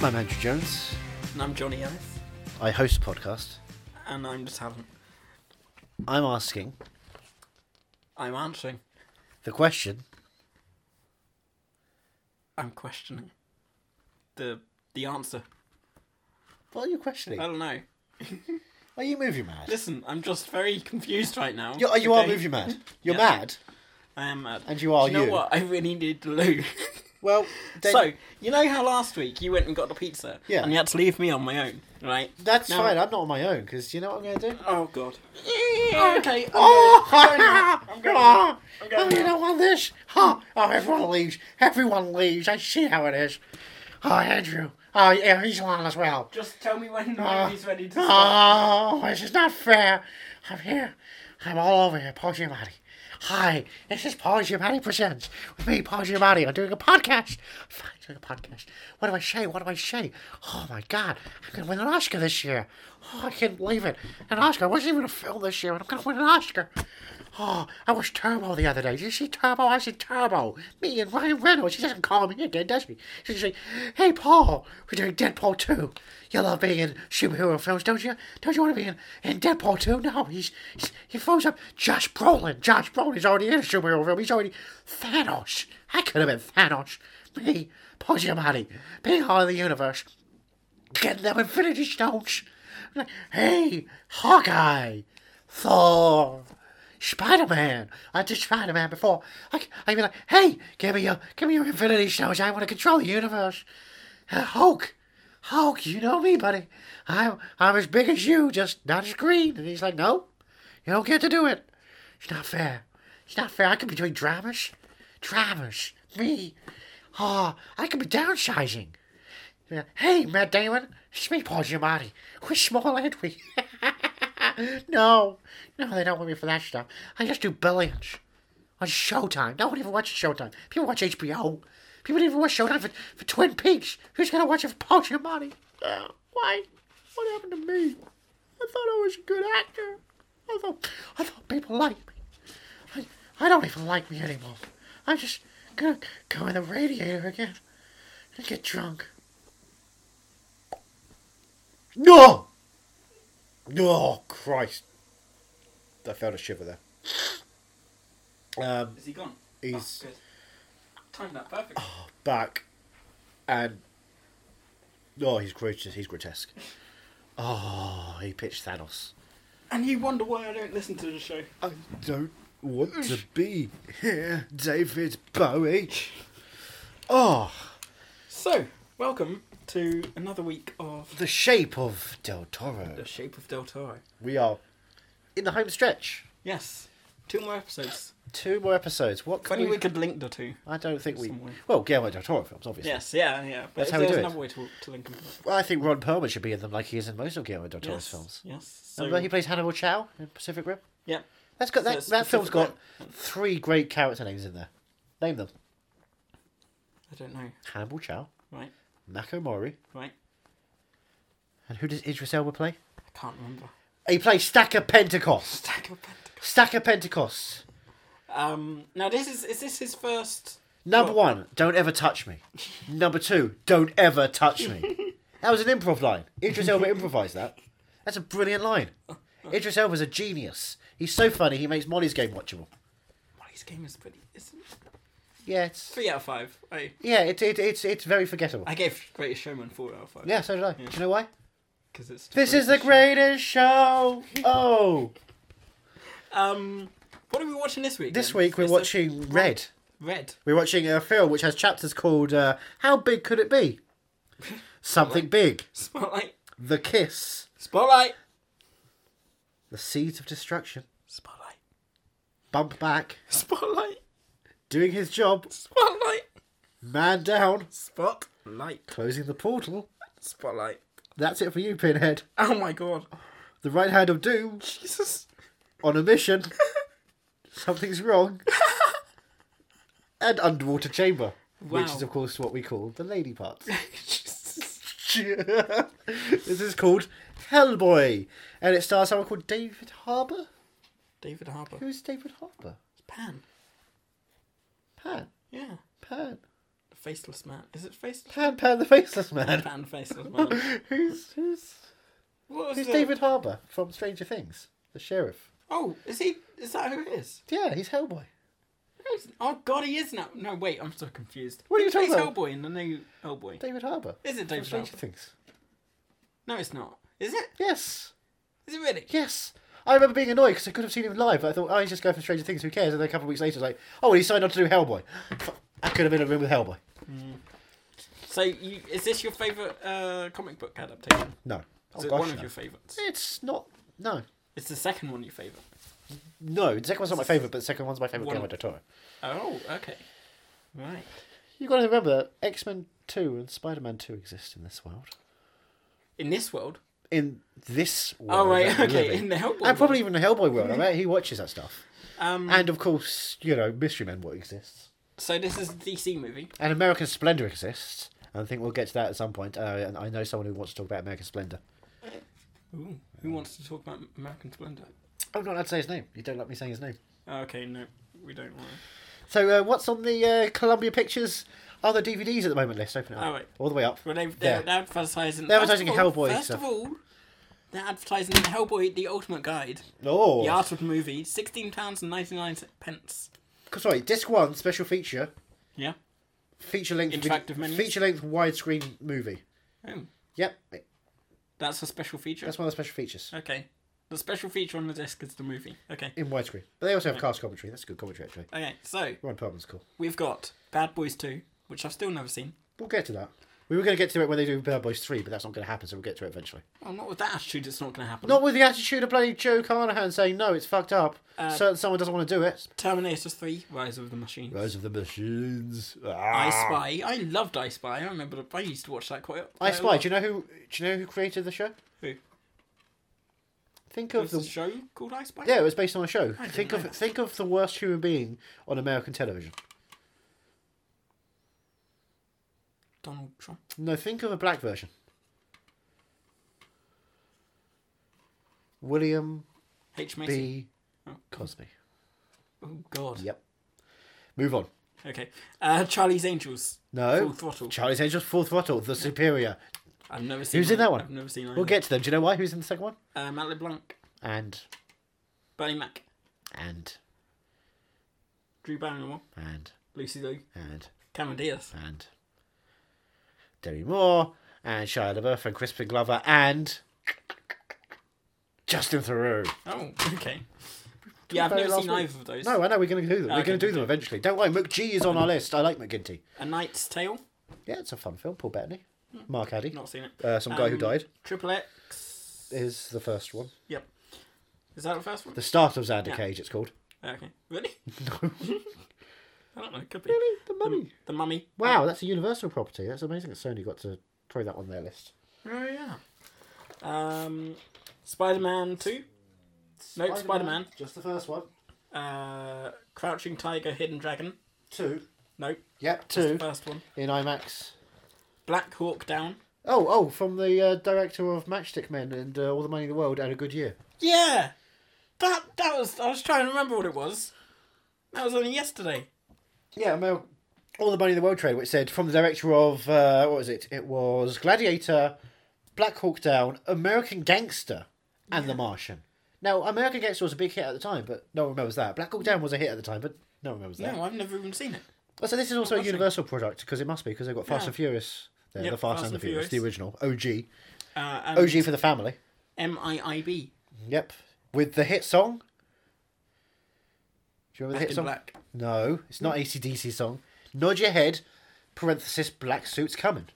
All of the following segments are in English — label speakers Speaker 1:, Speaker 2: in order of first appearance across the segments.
Speaker 1: I'm Andrew Jones.
Speaker 2: And I'm Johnny Ellis.
Speaker 1: I host a podcast.
Speaker 2: And I'm the talent.
Speaker 1: I'm asking
Speaker 2: I'm answering.
Speaker 1: the question
Speaker 2: I'm questioning. The the answer.
Speaker 1: What are you questioning?
Speaker 2: I don't know.
Speaker 1: Are you movie mad?
Speaker 2: Listen, I'm just very confused right now.
Speaker 1: You, you are
Speaker 2: okay? Mm-hmm.
Speaker 1: movie mad. You're
Speaker 2: Yeah.
Speaker 1: mad.
Speaker 2: I am mad.
Speaker 1: And you are
Speaker 2: Do you know
Speaker 1: you.
Speaker 2: what? I really need to loo.
Speaker 1: Well, then,
Speaker 2: so, you know how last week you went and got the pizza?
Speaker 1: Yeah.
Speaker 2: And you had to leave me on my own, right?
Speaker 1: that's
Speaker 2: Now-
Speaker 1: fine. I'm not on my own because you know what I'm going to do?
Speaker 2: Oh, God. okay. I'm
Speaker 1: Oh,
Speaker 2: going now. I'm going now. I'm
Speaker 1: oh,
Speaker 2: going
Speaker 1: you
Speaker 2: now.
Speaker 1: don't want this? Oh, oh, everyone leaves. Everyone leaves. I see how it is. Oh, Andrew. Oh, yeah, he's on as well.
Speaker 2: Just tell me when the
Speaker 1: Oh,
Speaker 2: movie's ready to start.
Speaker 1: Oh, this is not fair. I'm here. I'm all over here, Paul Giamatti. Hi, this is Paul Giamatti Presents with me, Paul Giamatti. I'm doing a podcast. Fine, doing a podcast. What do I say? What do I say? Oh my God, I'm going to win an Oscar this year. Oh, I can't believe it. An Oscar. I wasn't even a film this year, and I'm going to win an Oscar. Oh, I watched Turbo the other day. Did you see Turbo? I said Turbo. Me and Ryan Reynolds. She doesn't call me again, does she? She's like, hey, Paul, we're doing Deadpool 2. You love being in superhero films, don't you? Don't you want to be in, in Deadpool 2? No, he's, he's he phones up Josh Brolin. Josh Brolin's already in a superhero film. He's already Thanos. I could have been Thanos. Me, Paul Giamatti, being all of the universe getting them Infinity Stones. Like, hey, Hawkeye, Thor, Spider Man. I did Spider Man before. I, I'd be like, hey, give me your, give me your Infinity Stones. I want to control the universe. Uh, Hulk, Hulk, you know me, buddy. I'm, I'm as big as you, just not as green. And he's like, no, you don't get to do it. It's not fair. It's not fair. I could be doing dramas, dramas. Me, ah, I could be downsizing. Yeah. Hey, Matt Damon, it's me, Paul Giamatti. We're small, aren't we? no, no, they don't want me for that stuff. I just do billions on Showtime. No one even watches Showtime. People watch HBO. People don't even watch Showtime for, for Twin Peaks. Who's gonna watch it for Paul Giamatti? Uh, why? What happened to me? I thought I was a good actor. I thought, I thought people liked me. I, I don't even like me anymore. I'm just gonna go in the radiator again and get drunk. No! Oh, Christ. I felt a shiver there. Um,
Speaker 2: Is he gone?
Speaker 1: He's-
Speaker 2: Oh, good. Timed that perfectly.
Speaker 1: back and. Oh, he's grotesque. He's grotesque. Oh, he pitched Thanos.
Speaker 2: And you wonder why I don't listen to the show.
Speaker 1: I don't want to be here, David Bowie. Oh,
Speaker 2: So, welcome to another week of
Speaker 1: the shape of Del Toro.
Speaker 2: The Shape of Del Toro.
Speaker 1: We are in the home stretch.
Speaker 2: Yes, two more episodes.
Speaker 1: Two more episodes. What
Speaker 2: If
Speaker 1: can
Speaker 2: only
Speaker 1: we?
Speaker 2: we could link the two.
Speaker 1: I don't think we.
Speaker 2: Somewhere.
Speaker 1: Well, Guillermo del Toro films, obviously.
Speaker 2: Yes, yeah, yeah. But
Speaker 1: That's
Speaker 2: if
Speaker 1: how we do
Speaker 2: there's
Speaker 1: it.
Speaker 2: another way to, to link them.
Speaker 1: Well, I think Ron Perlman should be in them, like he is in most of Guillermo del Toro's
Speaker 2: Yes,
Speaker 1: films.
Speaker 2: yes. So,
Speaker 1: Remember, he plays Hannibal Chow in Pacific Rim.
Speaker 2: yeah.
Speaker 1: That's got that.
Speaker 2: So
Speaker 1: that film's
Speaker 2: Pacific
Speaker 1: got three great character names in there. Name them:
Speaker 2: I don't know.
Speaker 1: Hannibal Chow,
Speaker 2: Right,
Speaker 1: Mako Mori,
Speaker 2: right.
Speaker 1: and who does Idris Elba play?
Speaker 2: I can't remember.
Speaker 1: He plays Stacker Pentecost.
Speaker 2: Stack of Pentagon.
Speaker 1: Stacker Pentecost.
Speaker 2: Um. Now this is is this his first?
Speaker 1: Number one, don't ever touch me. Number two, don't ever touch me. that was an improv line. Idris Elba improvised that. That's a brilliant line. Idris Elba's a genius. He's so funny, he makes Molly's game watchable.
Speaker 2: Well, his game is pretty. Isn't it?
Speaker 1: Yeah, it's
Speaker 2: three out of five. I
Speaker 1: yeah, it, it, it's it's very forgettable.
Speaker 2: I gave Greatest Showman four out of five.
Speaker 1: Yeah, so did I. Do you know why?
Speaker 2: Because it's
Speaker 1: This is the
Speaker 2: greatest
Speaker 1: greatest show. Oh,
Speaker 2: show. Um. What are we watching this week?
Speaker 1: this
Speaker 2: then?
Speaker 1: week we're
Speaker 2: Is this
Speaker 1: watching Red.
Speaker 2: Red.
Speaker 1: We're watching a film which has chapters called uh, "How Big Could It Be," something big,
Speaker 2: Spotlight.
Speaker 1: the kiss,
Speaker 2: Spotlight.
Speaker 1: the seeds of destruction,
Speaker 2: Spotlight.
Speaker 1: bump back,
Speaker 2: Spotlight.
Speaker 1: doing his job,
Speaker 2: Spotlight.
Speaker 1: man down,
Speaker 2: Spotlight.
Speaker 1: closing the portal.
Speaker 2: Spotlight.
Speaker 1: That's it for you, Pinhead.
Speaker 2: Oh my god.
Speaker 1: The right hand of doom
Speaker 2: Jesus.
Speaker 1: on a mission. Something's wrong. and underwater chamber,
Speaker 2: Wow.
Speaker 1: which is of course what we call the lady part.
Speaker 2: Jesus.
Speaker 1: this is called Hellboy, and it stars someone called David Harbour.
Speaker 2: David Harbour.
Speaker 1: Who's David Harbour?
Speaker 2: It's Pan.
Speaker 1: Pan,
Speaker 2: Yeah.
Speaker 1: Pan,
Speaker 2: The faceless man. Is it faceless?
Speaker 1: Pan, Pan the Faceless Man.
Speaker 2: Pan faceless man.
Speaker 1: who's who's
Speaker 2: What was
Speaker 1: who's
Speaker 2: the-
Speaker 1: David Harbour from Stranger Things? The sheriff.
Speaker 2: Oh, is he? Is that who it is?
Speaker 1: Yeah, he's Hellboy.
Speaker 2: No, he's- Oh God, he is now. No, wait, I'm so confused.
Speaker 1: What are
Speaker 2: He
Speaker 1: you talking
Speaker 2: plays
Speaker 1: about?
Speaker 2: Hellboy in the new Hellboy.
Speaker 1: David Harbour.
Speaker 2: Is it
Speaker 1: From
Speaker 2: David
Speaker 1: Stranger
Speaker 2: Harbour?
Speaker 1: Things.
Speaker 2: No, it's not. Is it?
Speaker 1: Yes,
Speaker 2: Is it really?
Speaker 1: yes. I remember being annoyed because I could have seen him live, but I thought, oh, he's just going for Stranger Things. Who cares? And then a couple of weeks later, it's like, oh, well, he signed on to do Hellboy. I could have been in a room with Hellboy.
Speaker 2: So, you, is this your favorite uh, comic book adaptation?
Speaker 1: No. Oh,
Speaker 2: Is it
Speaker 1: gosh,
Speaker 2: one of
Speaker 1: no.
Speaker 2: your favorites?
Speaker 1: It's not. No.
Speaker 2: It's the second one you favorite.
Speaker 1: No, the second one's not my favourite, but the second one's my favourite
Speaker 2: One.
Speaker 1: Guillermo del Toro.
Speaker 2: Oh, okay. Right.
Speaker 1: You've got to remember that X Men 2 and Spider Man 2 exist in this world.
Speaker 2: In this world.
Speaker 1: In this world.
Speaker 2: Oh, right.
Speaker 1: that we live
Speaker 2: Okay. In the Hellboy.
Speaker 1: And probably even the Hellboy world, I bet he watches that stuff.
Speaker 2: world. Um.
Speaker 1: And of course, you know, Mystery Men what exists.
Speaker 2: So this is a DC movie.
Speaker 1: And American Splendor exists. And I think we'll get to that at some point. Uh, and I know someone who wants to talk about American Splendor.
Speaker 2: Ooh. Who wants to talk about American Splendor? Oh,
Speaker 1: I'm not allowed to say his name. You don't like me saying his name.
Speaker 2: Okay, no, we don't want. to.
Speaker 1: So, uh, what's on the uh, Columbia Pictures other DVDs at the moment list? Open it up.
Speaker 2: Oh, wait.
Speaker 1: All the way up.
Speaker 2: Well, they've,
Speaker 1: There.
Speaker 2: they're, they're advertising.
Speaker 1: Ah. They're
Speaker 2: first
Speaker 1: advertising
Speaker 2: of all-
Speaker 1: Hellboy
Speaker 2: First
Speaker 1: stuff.
Speaker 2: of all, they're advertising Hellboy: The Ultimate Guide,
Speaker 1: Oh.
Speaker 2: the Artwood movie, sixteen pounds and ninety nine pence.
Speaker 1: Sorry, disc one special feature,
Speaker 2: Yeah.
Speaker 1: feature length,
Speaker 2: Interactive menus?
Speaker 1: feature length widescreen movie.
Speaker 2: Oh,
Speaker 1: Yep,
Speaker 2: that's a special feature.
Speaker 1: that's one of the special features
Speaker 2: Okay. The special feature on the disc is the movie. Okay.
Speaker 1: in widescreen. But they also have cast commentary. That's good commentary actually.
Speaker 2: Okay. So
Speaker 1: Ron Perlman's cool.
Speaker 2: we've got Bad Boys Two, which I've still never seen.
Speaker 1: We'll get to that. We were going to get to it when they do Bad Boys Three, but that's not going to happen. So we'll get to it eventually.
Speaker 2: Well, not with that attitude, it's not going to happen.
Speaker 1: Not with the attitude of bloody Joe Carnahan saying no, it's fucked up.
Speaker 2: Uh,
Speaker 1: Certain someone doesn't want to do it.
Speaker 2: Terminator Three: Rise of the Machine.
Speaker 1: Rise of the Machines. Ah.
Speaker 2: I Spy. I loved I Spy. I remember I used to watch that quite.
Speaker 1: I
Speaker 2: quite a
Speaker 1: Spy.
Speaker 2: lot.
Speaker 1: Do you know who? Do you know who created the show?
Speaker 2: Who?
Speaker 1: Think
Speaker 2: There's
Speaker 1: of
Speaker 2: a
Speaker 1: the
Speaker 2: show called I Spy.
Speaker 1: yeah, it was based on a show. Think
Speaker 2: know
Speaker 1: of
Speaker 2: that.
Speaker 1: think of the worst human being on American television.
Speaker 2: Donald Trump.
Speaker 1: No, think of a black version. William
Speaker 2: H Macy.
Speaker 1: B.
Speaker 2: Oh.
Speaker 1: Cosby.
Speaker 2: Oh God.
Speaker 1: Yep. Move on.
Speaker 2: Okay. Uh, Charlie's Angels.
Speaker 1: No.
Speaker 2: Full Throttle.
Speaker 1: Charlie's Angels, Full Throttle, The Superior.
Speaker 2: I've never seen.
Speaker 1: Who's in that one?
Speaker 2: I've never seen. Either.
Speaker 1: We'll get to them. Do you know why? Who's in the second one?
Speaker 2: Uh, Matt LeBlanc,
Speaker 1: And
Speaker 2: Bernie Mac,
Speaker 1: and
Speaker 2: Drew Barrymore,
Speaker 1: and
Speaker 2: Lucy Liu,
Speaker 1: and
Speaker 2: Cameron Diaz,
Speaker 1: and Demi Moore and Shia LaBeouf and Crispin Glover and Justin Theroux.
Speaker 2: Oh, okay. yeah, I've
Speaker 1: about it
Speaker 2: never
Speaker 1: last
Speaker 2: seen
Speaker 1: week.
Speaker 2: either of those.
Speaker 1: No, I know we're going to do them. we're
Speaker 2: Okay,
Speaker 1: going to do them
Speaker 2: okay.
Speaker 1: eventually. Don't worry, McGee is on our list. I like McGinty.
Speaker 2: A Knight's Tale.
Speaker 1: Yeah, it's a fun film. Paul Bettany, Mark Addy,
Speaker 2: Not seen it.
Speaker 1: uh, some guy who
Speaker 2: Um,
Speaker 1: died
Speaker 2: Triple X.
Speaker 1: is the first one.
Speaker 2: Yep. Is that the first one?
Speaker 1: The start of Xander
Speaker 2: Yeah.
Speaker 1: Cage. It's called.
Speaker 2: Okay. Really?
Speaker 1: No,
Speaker 2: I don't know. Could be.
Speaker 1: really, the mummy.
Speaker 2: The Mummy.
Speaker 1: Mm. Wow, that's a Universal property. That's amazing that Sony got to throw that on their list.
Speaker 2: Oh yeah. Um, Spider-Man Two. Nope, Spider-Man.
Speaker 1: Just the first one.
Speaker 2: Uh, Crouching Tiger, Hidden Dragon.
Speaker 1: Two.
Speaker 2: Nope.
Speaker 1: Yep,
Speaker 2: That's
Speaker 1: two
Speaker 2: the first one.
Speaker 1: in IMAX.
Speaker 2: Black Hawk Down.
Speaker 1: Oh, oh, from the uh, director of Matchstick Men and uh, All the Money in the World and A Good Year.
Speaker 2: Yeah, that that was. I was trying to remember what it was. That was only yesterday.
Speaker 1: Yeah, Mel. All the Money in the World trade, which said from the director of uh, what was it? It was Gladiator, Black Hawk Down, American Gangster, and The Martian. Now, American Gangster was a big hit at the time, but no one remembers that. Black Hawk Down was a hit at the time, but no one remembers that.
Speaker 2: No, I've never even seen it.
Speaker 1: Oh, so this is also a
Speaker 2: Nothing.
Speaker 1: Universal product because it must be because they've got Fast
Speaker 2: Yeah.
Speaker 1: and Furious. There,
Speaker 2: Yep,
Speaker 1: the Fast, and the Furious, the original OG,
Speaker 2: Uh, and
Speaker 1: OG for the family.
Speaker 2: MIIB.
Speaker 1: Yep, with the hit song. Do you remember the
Speaker 2: Back
Speaker 1: hit
Speaker 2: in
Speaker 1: song?
Speaker 2: Black.
Speaker 1: No, it's not ACDC song. Nod your head, parenthesis, black suit's coming.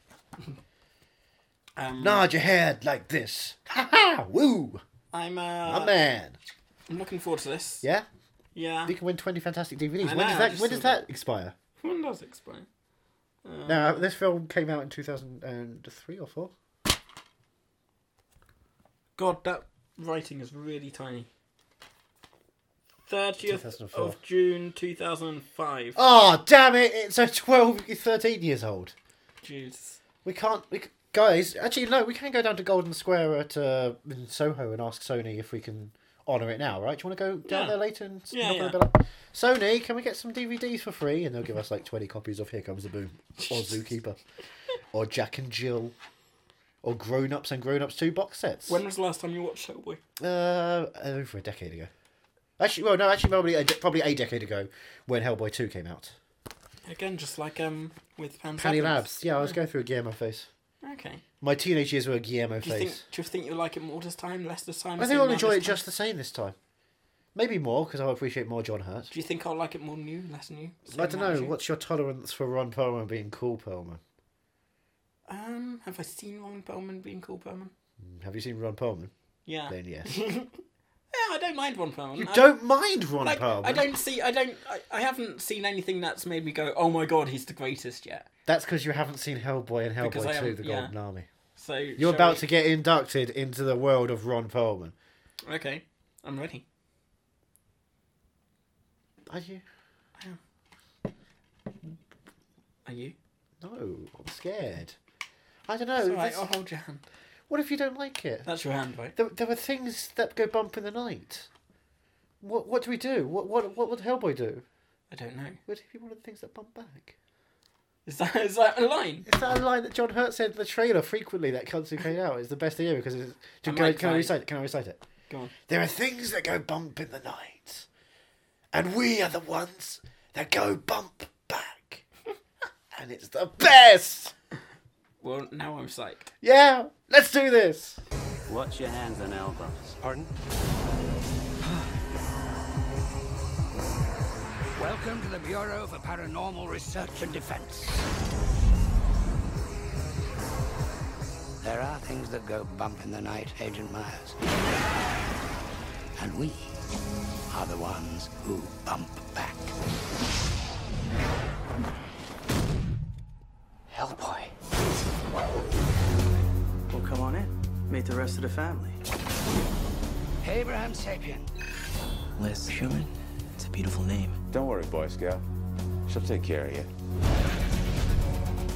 Speaker 2: Um,
Speaker 1: Nod your head like this. Ha ha! Woo!
Speaker 2: I'm
Speaker 1: My
Speaker 2: uh,
Speaker 1: man.
Speaker 2: I'm looking forward to this.
Speaker 1: Yeah?
Speaker 2: Yeah.
Speaker 1: You can win 20 fantastic DVDs.
Speaker 2: I
Speaker 1: when
Speaker 2: know,
Speaker 1: does
Speaker 2: I
Speaker 1: that,
Speaker 2: just
Speaker 1: when does
Speaker 2: saw Uh,
Speaker 1: that expire?
Speaker 2: When does it explain?
Speaker 1: Now, this film came out in 2003 or 4.
Speaker 2: God, that writing is really tiny. Thirtieth
Speaker 1: 2004.
Speaker 2: of June, two thousand and five.
Speaker 1: Oh, damn it! It's a 12, 13 years old.
Speaker 2: Jeez.
Speaker 1: We can't. We, c- guys, actually, no, we can go down to Golden Square at uh, in Soho and ask Sony if we can honour it now, right? Do you want to go down
Speaker 2: Yeah.
Speaker 1: there later and s-
Speaker 2: Yeah,
Speaker 1: knock on
Speaker 2: yeah.
Speaker 1: the door? Sony, can we get some DVDs for free? And they'll give us like twenty copies of Here Comes the Boom or Zookeeper or Jack and Jill or Grown Ups and Grown Ups Two box sets.
Speaker 2: When was the last time you watched Showboy?
Speaker 1: Uh, over a decade ago. Actually, well, no, actually, probably a, de- probably a decade ago when Hellboy Two came out.
Speaker 2: Again, just like um with Pan's
Speaker 1: Panny
Speaker 2: Labyrinth.
Speaker 1: Labs. Yeah, I was going through a Guillermo face.
Speaker 2: Okay.
Speaker 1: My teenage years were a Guillermo
Speaker 2: Do you think?
Speaker 1: face.
Speaker 2: Do you think you'll like it more this time, less this time?
Speaker 1: I
Speaker 2: the
Speaker 1: think
Speaker 2: same
Speaker 1: I'll
Speaker 2: amount
Speaker 1: enjoy
Speaker 2: this
Speaker 1: it
Speaker 2: time?
Speaker 1: just the same this time. Maybe more because I appreciate more John Hurt.
Speaker 2: Do you think I'll like it more than you, less than you? same
Speaker 1: I don't
Speaker 2: amount as
Speaker 1: know.
Speaker 2: you?
Speaker 1: What's your tolerance for Ron Perlman being cool, Perlman?
Speaker 2: Um, have I seen Ron Perlman being called Perlman?
Speaker 1: Have you seen Ron Perlman?
Speaker 2: Yeah.
Speaker 1: Then yes.
Speaker 2: Yeah, I don't mind Ron Perlman.
Speaker 1: you
Speaker 2: I,
Speaker 1: don't mind Ron
Speaker 2: like,
Speaker 1: Perlman.
Speaker 2: I don't see. I don't. I, I haven't seen anything that's made me go, "Oh my god, he's the greatest yet."
Speaker 1: That's because you haven't seen Hellboy and
Speaker 2: Because I
Speaker 1: Hellboy Two:
Speaker 2: haven't,
Speaker 1: The
Speaker 2: yeah.
Speaker 1: Golden Army.
Speaker 2: So
Speaker 1: You're
Speaker 2: shall
Speaker 1: about
Speaker 2: we-
Speaker 1: to get inducted into the world of Ron Perlman.
Speaker 2: Okay, I'm ready.
Speaker 1: Are you?
Speaker 2: Are you?
Speaker 1: No, I'm scared. I don't know.
Speaker 2: It's all right,
Speaker 1: this-
Speaker 2: I'll hold your hand.
Speaker 1: What if you don't like it?
Speaker 2: That's your hand, right?
Speaker 1: There, there were things that go bump in the night. What what do we do? What what what would Hellboy do?
Speaker 2: I don't know.
Speaker 1: Would he be one of the things that bump back?
Speaker 2: Is that is that a line?
Speaker 1: Is that a line that John Hurt said in the trailer frequently that comes who came out? It's the best idea because it's.
Speaker 2: I
Speaker 1: Can, I,
Speaker 2: might
Speaker 1: can I
Speaker 2: try.
Speaker 1: recite it? Can I recite it?
Speaker 2: Go on.
Speaker 1: There are things that go bump in the night, and we are the ones that go bump back, and it's the best.
Speaker 2: Well, now I'm psyched.
Speaker 1: Yeah, let's do this.
Speaker 3: Watch your hands and elbows.
Speaker 4: Pardon?
Speaker 5: Welcome to the Bureau for Paranormal Research and Defense. There are things that go bump in the night, Agent Myers. And we are the ones who bump back. Hellboy.
Speaker 3: Well, come on in. Meet the rest of the family.
Speaker 5: Abraham Sapien.
Speaker 3: Liz Schumann. It's a beautiful name.
Speaker 4: Don't worry, Boy Scout. She'll take care of you.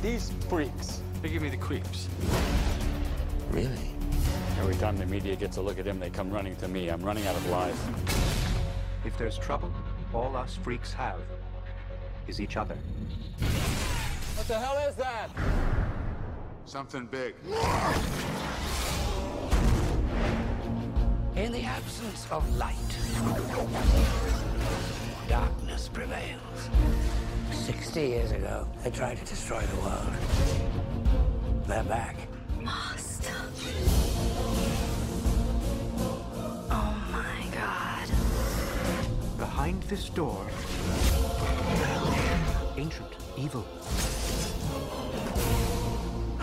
Speaker 4: These freaks, they give me the creeps.
Speaker 3: Really?
Speaker 4: Every time the media gets a look at him, they come running to me. I'm running out of lies.
Speaker 6: If there's trouble, all us freaks have is each other.
Speaker 7: Something big.
Speaker 5: In the absence of light, darkness prevails. 60 years ago, they tried to destroy the world. They're back.
Speaker 8: Master. Oh my god.
Speaker 6: Behind this door, ancient evil.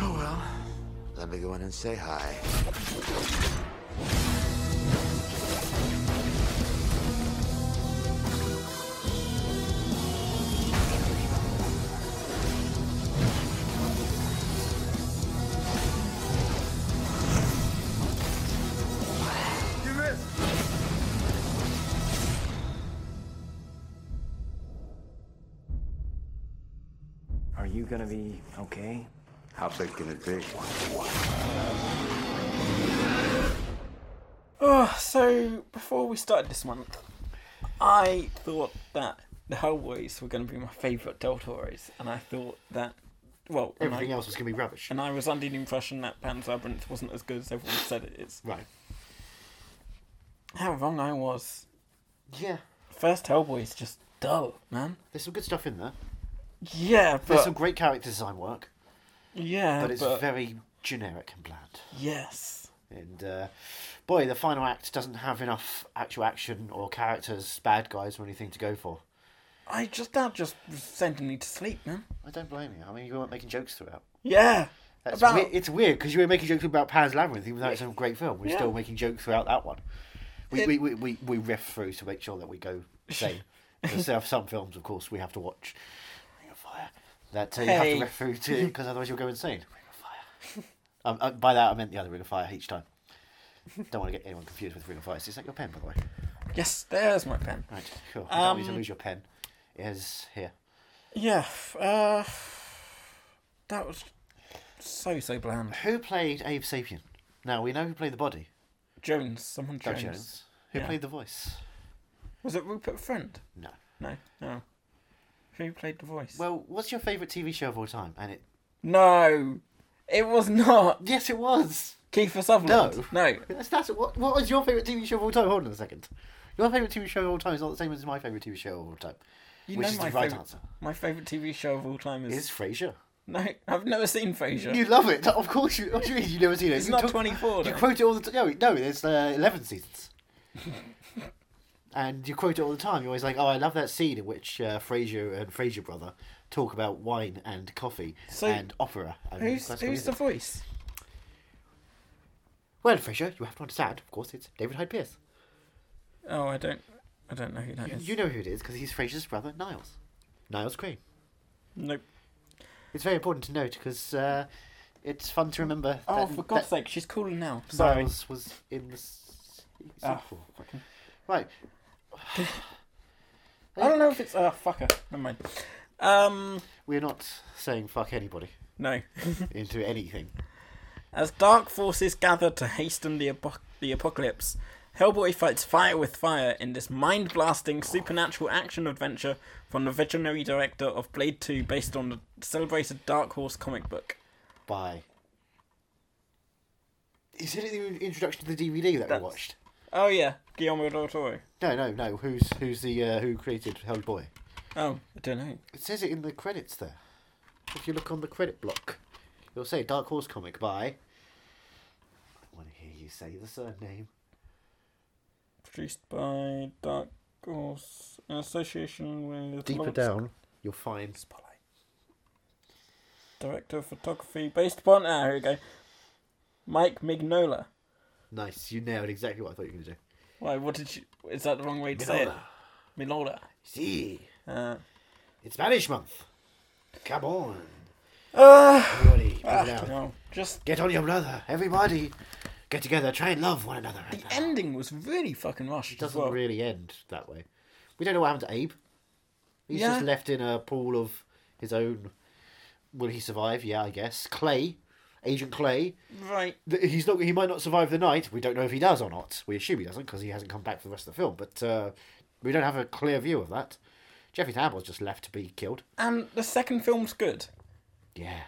Speaker 3: Oh, well. Let me go in and say hi.
Speaker 6: Are you gonna be okay?
Speaker 7: How big can it be?
Speaker 2: Oh, so before we started this month, I thought that the Hellboys were going to be my favourite Del Toros, and I thought that, well, and I,
Speaker 1: Everything else was gonna be rubbish.
Speaker 2: and I was under the impression that Pan's Labyrinth wasn't as good as everyone said it is.
Speaker 1: Right.
Speaker 2: How wrong I was.
Speaker 1: Yeah.
Speaker 2: First Hellboy is just dull, man.
Speaker 1: There's some good stuff in there.
Speaker 2: Yeah,
Speaker 1: There's
Speaker 2: but
Speaker 1: some great character design work,
Speaker 2: yeah,
Speaker 1: but it's very generic and bland.
Speaker 2: yes.
Speaker 1: And uh, boy, the final act doesn't have enough actual action or characters, bad guys, or anything to go for.
Speaker 2: I just that just was sending me to sleep, man.
Speaker 1: I don't blame you. I mean, you weren't making jokes throughout.
Speaker 2: Yeah,
Speaker 1: That's
Speaker 2: about
Speaker 1: wei- it's weird because you were making jokes about Pan's Labyrinth, even though it's a great film. We're
Speaker 2: Yeah.
Speaker 1: still making jokes throughout that one. We,
Speaker 2: It-
Speaker 1: we, we, we, we riff through to make sure that we go sane. Because there are some films, of course, we have to watch. Ring of Fire. That uh, you have
Speaker 2: Hey.
Speaker 1: to riff through to because otherwise you'll go insane. Ring of Fire. um, uh, by that I meant the other Ring of Fire each time. Don't want to get anyone confused with Ring of Fire. Is that your pen, by the way?
Speaker 2: yes. There's my pen.
Speaker 1: Right, cool. I don't want
Speaker 2: Um,
Speaker 1: you to lose your pen. It is here.
Speaker 2: Yeah, uh, that was So, so bland.
Speaker 1: Who played Abe Sapien? Now we know who played the body.
Speaker 2: Jones, someone
Speaker 1: Doug
Speaker 2: Jones.
Speaker 1: Jones. Who
Speaker 2: Yeah.
Speaker 1: played the voice?
Speaker 2: Was it Rupert Friend?
Speaker 1: No.
Speaker 2: No, no. Who played the voice?
Speaker 1: Well, what's your favourite TV show of all time? And it
Speaker 2: no, it was not
Speaker 1: yes, it was.
Speaker 2: Kiefer Sutherland. No,
Speaker 1: That's, that's what. What was your favourite TV show of all time? Hold on a second. Your favourite TV show of all time is not the same as my favourite TV show of all time.
Speaker 2: you
Speaker 1: which
Speaker 2: know
Speaker 1: is
Speaker 2: my
Speaker 1: the right
Speaker 2: favorite.
Speaker 1: answer.
Speaker 2: My favorite TV show of all time is,
Speaker 1: Is Frasier.
Speaker 2: no. I've never seen Frasier.
Speaker 1: You love it. Of course you. What do you mean you've never seen it?
Speaker 2: It's
Speaker 1: You
Speaker 2: not
Speaker 1: talk-
Speaker 2: 24,
Speaker 1: You
Speaker 2: though.
Speaker 1: quote it all the time. No, no, it's uh, 11 seasons. and you quote it all the time. You're always like, oh, I love that scene in which uh, Frasier and Frasier Brother talk about wine and coffee
Speaker 2: So-
Speaker 1: and opera. And
Speaker 2: Who's
Speaker 1: classical
Speaker 2: who's the
Speaker 1: music."
Speaker 2: voice?
Speaker 1: Well, Frasier, you have to understand, of course, it's David Hyde Pierce.
Speaker 2: Oh, I don't, I don't know who that is.
Speaker 1: You know who it is because he's Frasier's brother, Niles. Niles Crane.
Speaker 2: Nope.
Speaker 1: It's very important to note because uh, it's fun to remember
Speaker 2: Oh,
Speaker 1: that,
Speaker 2: for God's
Speaker 1: that
Speaker 2: sake, she's calling now. Sorry.
Speaker 1: Niles was in the... s-
Speaker 2: Ah,
Speaker 1: sequel.
Speaker 2: fucking-
Speaker 1: Right.
Speaker 2: I don't know if it's. Oh, fucker. Never mind. Um,
Speaker 1: We're not saying fuck anybody
Speaker 2: no.
Speaker 1: into anything.
Speaker 2: As dark forces gather to hasten the, apo- the apocalypse, Hellboy fights fire with fire in this mind blasting supernatural action adventure from the visionary director of Blade 2, based on the celebrated Dark Horse comic book.
Speaker 1: By. Is it the introduction to the DVD that
Speaker 2: That's-
Speaker 1: we watched?
Speaker 2: Oh, yeah, Guillermo del Toro.
Speaker 1: No, no, no. Who's who's the uh, who created Hellboy?
Speaker 2: Oh, I don't know.
Speaker 1: It says it in the credits there. If you look on the credit block, it'll say Dark Horse comic by. I want to hear you say the surname.
Speaker 2: Produced by Dark Horse in association with.
Speaker 1: Deeper
Speaker 2: Lawrence
Speaker 1: down, you'll find.
Speaker 2: Spotlight. Director of photography based upon. Ah, here we go. Mike Mignola.
Speaker 1: Nice, you nailed exactly what I thought you were going to do.
Speaker 2: Why, what did you. Is that the wrong way to say it? Mignola.
Speaker 1: See,
Speaker 2: Uh,
Speaker 1: it's Spanish month. Come on,
Speaker 2: Ah,
Speaker 1: everybody, people down.
Speaker 2: no, just
Speaker 1: Get on your brother, everybody. Get together, try and love one another.
Speaker 2: the ending was really fucking rushed.
Speaker 1: It doesn't
Speaker 2: as well.
Speaker 1: really end that way. We don't know what happened to Abe. He's
Speaker 2: Yeah.
Speaker 1: just left in a pool of his own. Will he survive? Yeah, I guess. Clay, Agent Clay.
Speaker 2: right.
Speaker 1: Th- He's not. He might not survive the night. We don't know if he does or not. We assume he doesn't because he hasn't come back for the rest of the film. But uh, we don't have a clear view of that. Jeffrey Tambor just left to be killed.
Speaker 2: And the second film's good.
Speaker 1: Yeah.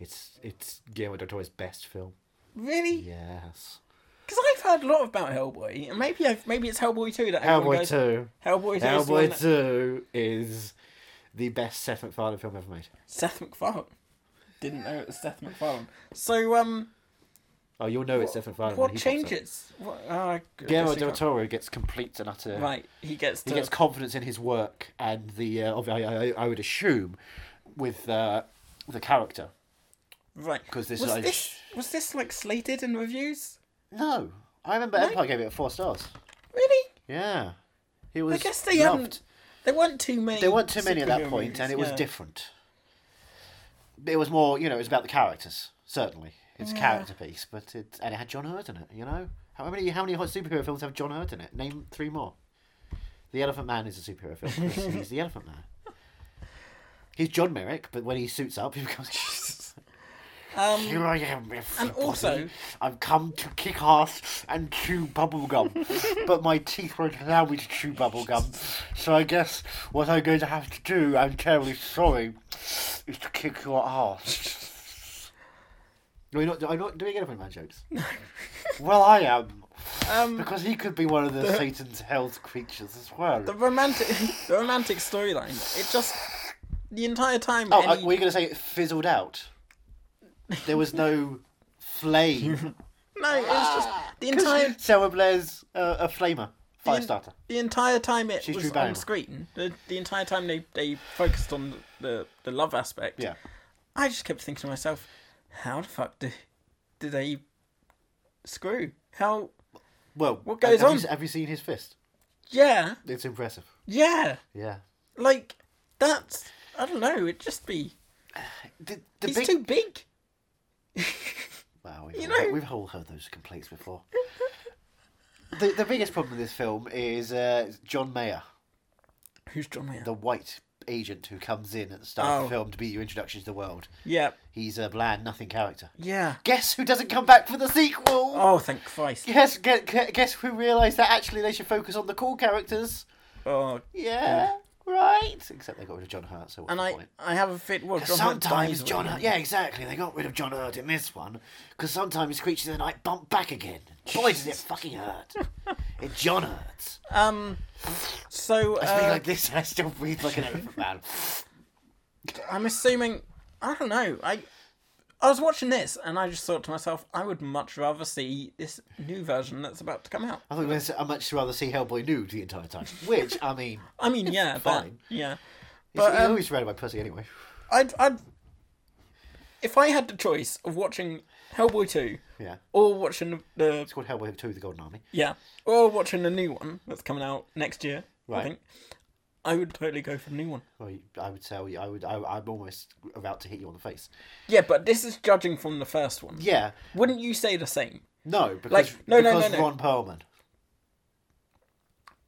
Speaker 1: It's it's Guillermo del Toro's best film.
Speaker 2: Really?
Speaker 1: Yes.
Speaker 2: Because I've heard a lot about Hellboy, and maybe I've, maybe it's Hellboy two that everyone
Speaker 1: Hellboy
Speaker 2: goes,
Speaker 1: two.
Speaker 2: Hellboy two. is the one
Speaker 1: Hellboy
Speaker 2: that-
Speaker 1: 2 is the best Seth MacFarlane film ever made.
Speaker 2: Seth MacFarlane. Didn't know it was Seth MacFarlane. So um,
Speaker 1: Oh, you'll know it's Seth MacFarlane. when
Speaker 2: what
Speaker 1: he pops up.
Speaker 2: changes? What, uh, I
Speaker 1: Guillermo
Speaker 2: guess you
Speaker 1: del
Speaker 2: can't-
Speaker 1: Toro gets complete and utter.
Speaker 2: Right, he gets to
Speaker 1: He gets confidence in his work and the. Uh, obvi- I, I, I would assume with uh, the character.
Speaker 2: right
Speaker 1: 'cause this
Speaker 2: was
Speaker 1: is-
Speaker 2: this was this like slated in reviews?
Speaker 1: No, I remember Empire gave it four stars.
Speaker 2: Really?
Speaker 1: Yeah, it was.
Speaker 2: I guess they
Speaker 1: loved.
Speaker 2: haven't. There weren't too many.
Speaker 1: There weren't too many at that
Speaker 2: superhero
Speaker 1: point, and
Speaker 2: movies,
Speaker 1: it was
Speaker 2: yeah.
Speaker 1: different. It was more, you know, it was about the characters. Certainly, it's a character piece, but it and it had John Hurt in it. You know, how many how many hot superhero films have John Hurt in it? Name three more. The Elephant Man is a superhero film. 'cause he's the Elephant Man. He's John Merrick, but when he suits up, he becomes.
Speaker 2: Um,
Speaker 1: Here I am, everybody.
Speaker 2: also-
Speaker 1: I've come to kick ass and chew bubble gum, but my teeth won't allow me to chew bubble gum. So I guess what I'm going to have to do, I'm terribly sorry, is to kick your ass. No, you're not. I'm not doing Elephant Man jokes. well, I am.
Speaker 2: um,
Speaker 1: because he could be one of the, Satan's hell's creatures as well.
Speaker 2: the romantic the romantic storyline it just the entire time
Speaker 1: Oh,
Speaker 2: any-
Speaker 1: uh, were you going to say it fizzled out? There was no flame.
Speaker 2: no it was just the entire
Speaker 1: Sarah Blair's uh, a flamer, fire starter.
Speaker 2: the entire time it
Speaker 1: She's Drew
Speaker 2: was on
Speaker 1: Barrymore.
Speaker 2: screen the, the entire time they, they focused on the, the love aspect
Speaker 1: Yeah.
Speaker 2: i just kept thinking to myself how the fuck do, do they screw how
Speaker 1: Well,
Speaker 2: What goes
Speaker 1: have
Speaker 2: on?
Speaker 1: You, have you seen his fist?
Speaker 2: yeah
Speaker 1: It's impressive.
Speaker 2: yeah
Speaker 1: Yeah.
Speaker 2: like that's i don't know it'd just be
Speaker 1: The, the
Speaker 2: it's
Speaker 1: big.
Speaker 2: too big
Speaker 1: Wow, we've,
Speaker 2: you
Speaker 1: all,
Speaker 2: know-
Speaker 1: we've all heard those complaints before. the the biggest problem with this film is uh, John Mayer,
Speaker 2: who's john mayer
Speaker 1: the white agent who comes in at the start of
Speaker 2: Oh.
Speaker 1: the film to be your introduction to the world.
Speaker 2: Yeah.
Speaker 1: He's a bland, nothing character.
Speaker 2: Yeah.
Speaker 1: Guess who doesn't come back for the sequel?
Speaker 2: Oh, thank Christ.
Speaker 1: Guess, guess, guess who realised that actually they should focus on the cool characters?
Speaker 2: Oh,
Speaker 1: Yeah, right. Except they got rid of John Hurt, so what's
Speaker 2: and
Speaker 1: the
Speaker 2: I,
Speaker 1: point?
Speaker 2: I have a fit. Well, John Hurt
Speaker 1: sometimes
Speaker 2: dies
Speaker 1: John
Speaker 2: already.
Speaker 1: Hurt, yeah, exactly. They got rid of John Hurt in this one because sometimes Creatures of the Night bump back again. Boy, does it fucking hurt! it John hurts.
Speaker 2: Um. So
Speaker 1: I speak
Speaker 2: uh,
Speaker 1: like this, and I still breathe like an elephant man.
Speaker 2: I'm assuming. I don't know. I I was watching this and I just thought to myself, I would much rather see this new version that's about to come out.
Speaker 1: I think this- I'd much rather see Hellboy nude the entire time. Which, I mean,
Speaker 2: I mean, yeah, but-
Speaker 1: Fine.
Speaker 2: yeah.
Speaker 1: but,
Speaker 2: But
Speaker 1: he's,
Speaker 2: um,
Speaker 1: always surrounded by pussy anyway.
Speaker 2: I'd, I'd, if I had the choice of watching Hellboy two
Speaker 1: Yeah,
Speaker 2: or watching the
Speaker 1: it's called Hellboy Two: The Golden Army.
Speaker 2: yeah or watching the new one that's coming out next year, I
Speaker 1: Right.
Speaker 2: think I would totally go for the new one.
Speaker 1: Well, you- I would say I would. I, I'm almost about to hit you on the face.
Speaker 2: Yeah, but this is judging from the first one.
Speaker 1: Yeah,
Speaker 2: Wouldn't you say the same?
Speaker 1: no, because
Speaker 2: Like, no, no, no,
Speaker 1: because
Speaker 2: no.
Speaker 1: Ron Perlman.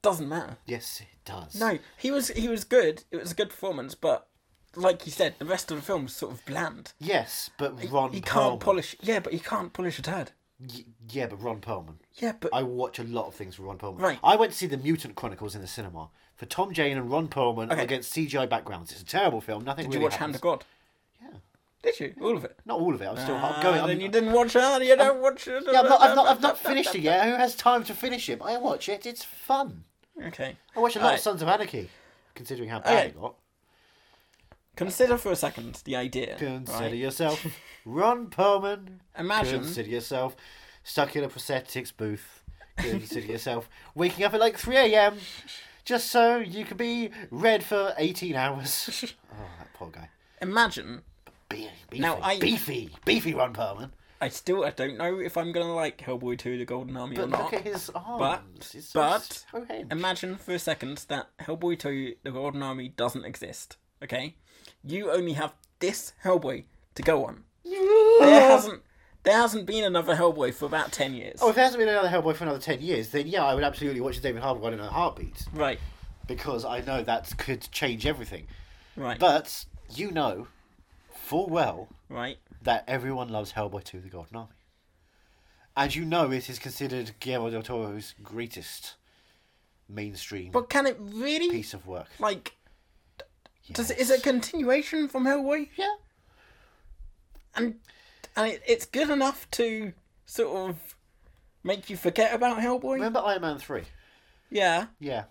Speaker 2: Doesn't matter.
Speaker 1: Yes, it does.
Speaker 2: No, he was he was good. It was a good performance, but like you said, the rest of the film was sort of bland.
Speaker 1: Yes, but Ron.
Speaker 2: he can't
Speaker 1: Perlman.
Speaker 2: polish. Yeah, but he can't polish a turd.
Speaker 1: Y- yeah, but Ron Perlman.
Speaker 2: Yeah, but
Speaker 1: I watch a lot of things from Ron Perlman.
Speaker 2: Right.
Speaker 1: I went to see the Mutant Chronicles in the cinema for Tom Jane and Ron Perlman
Speaker 2: Okay.
Speaker 1: against CGI backgrounds. It's a terrible film. Nothing.
Speaker 2: did
Speaker 1: really
Speaker 2: you watch Hand
Speaker 1: happens.
Speaker 2: of God?
Speaker 1: Yeah.
Speaker 2: Did you all of it?
Speaker 1: Not all of it. I'm still I'm
Speaker 2: Ah,
Speaker 1: going.
Speaker 2: then
Speaker 1: I'm,
Speaker 2: you didn't watch it. You don't watch it.
Speaker 1: yeah, I'm not, I've not. I've not finished it yet. Who has time to finish it? But I watch it. It's fun.
Speaker 2: Okay.
Speaker 1: I watch a lot
Speaker 2: Alright,
Speaker 1: of Sons of Anarchy, considering how bad
Speaker 2: Okay.
Speaker 1: it got.
Speaker 2: Consider for a second the idea.
Speaker 1: Consider
Speaker 2: right?
Speaker 1: yourself, Ron Perlman.
Speaker 2: Imagine-
Speaker 1: Consider yourself stuck in a prosthetics booth. Consider yourself waking up at like 3 a.m. just so you can be read for 18 hours. Oh, that poor guy.
Speaker 2: Imagine.
Speaker 1: Be- beefy,
Speaker 2: Now, I-
Speaker 1: beefy, beefy Ron Perlman.
Speaker 2: I still I don't know if I'm gonna like Hellboy 2: The Golden Army or
Speaker 1: But
Speaker 2: not.
Speaker 1: look at his
Speaker 2: But
Speaker 1: arms. It's so-
Speaker 2: but
Speaker 1: so hinged.
Speaker 2: imagine for a second that Hellboy 2 the Golden Army doesn't exist. Okay? You only have this Hellboy to go on. There hasn't there hasn't been another Hellboy for about 10 years.
Speaker 1: Oh, if there hasn't been another Hellboy for another 10 years, then yeah, I would absolutely watch the David Harbour one in a heartbeat
Speaker 2: Right.
Speaker 1: because I know that could change everything.
Speaker 2: Right.
Speaker 1: But you know full well
Speaker 2: right.
Speaker 1: that everyone loves Hellboy 2 The Golden Army. And you know it is considered Guillermo del Toro's greatest mainstream
Speaker 2: But can it really
Speaker 1: piece of work.
Speaker 2: like d- does it, is it a continuation from Hellboy?
Speaker 1: Yeah.
Speaker 2: And and it, it's good enough to sort of make you forget about Hellboy?
Speaker 1: Remember Iron Man 3?
Speaker 2: Yeah.
Speaker 1: Yeah.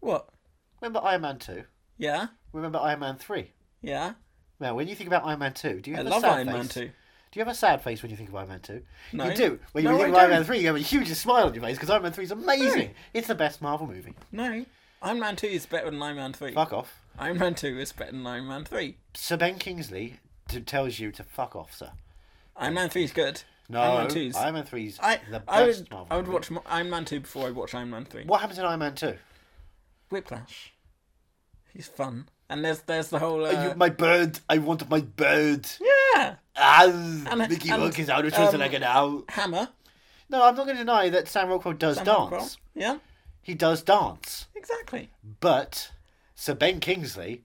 Speaker 2: What?
Speaker 1: Remember Iron Man 2?
Speaker 2: Yeah.
Speaker 1: Remember Iron Man 3?
Speaker 2: Yeah.
Speaker 1: Now, when you think about Iron Man 2, do you
Speaker 2: I
Speaker 1: have a
Speaker 2: love
Speaker 1: sad
Speaker 2: Iron
Speaker 1: face?
Speaker 2: Man 2.
Speaker 1: Do you have a sad face when you think of Iron Man 2?
Speaker 2: No.
Speaker 1: You do. When you
Speaker 2: No,
Speaker 1: think of
Speaker 2: I
Speaker 1: Iron Man
Speaker 2: don't.
Speaker 1: 3, you have a huge smile on your face because Iron Man 3 is amazing. It's the best Marvel movie.
Speaker 2: No. Iron Man 2 is better than Iron Man 3.
Speaker 1: Fuck off.
Speaker 2: Iron Man 2 is better than Iron Man 3.
Speaker 1: Sir Ben Kingsley t- tells you to fuck off, sir.
Speaker 2: Iron Man 3 is good.
Speaker 1: No,
Speaker 2: Iron Man 2's.
Speaker 1: Iron Man 3 's
Speaker 2: I,
Speaker 1: the best
Speaker 2: I would,
Speaker 1: Marvel
Speaker 2: I would
Speaker 1: movie.
Speaker 2: watch mo- Iron Man 2 before I watch Iron Man 3.
Speaker 1: What happens in Iron Man 2?
Speaker 2: Whiplash. He's fun. And there's there's the whole. Uh,
Speaker 1: my bird. I want my bird.
Speaker 2: yeah!
Speaker 1: Ah,
Speaker 2: And-
Speaker 1: Mickey
Speaker 2: and,
Speaker 1: Rourke is out of truth
Speaker 2: um,
Speaker 1: and I can out.
Speaker 2: Hammer.
Speaker 1: No, I'm not going to deny that Sam Rockwell does
Speaker 2: Sam
Speaker 1: dance.
Speaker 2: Rockwell. Yeah,
Speaker 1: He does dance.
Speaker 2: exactly.
Speaker 1: But Sir Ben Kingsley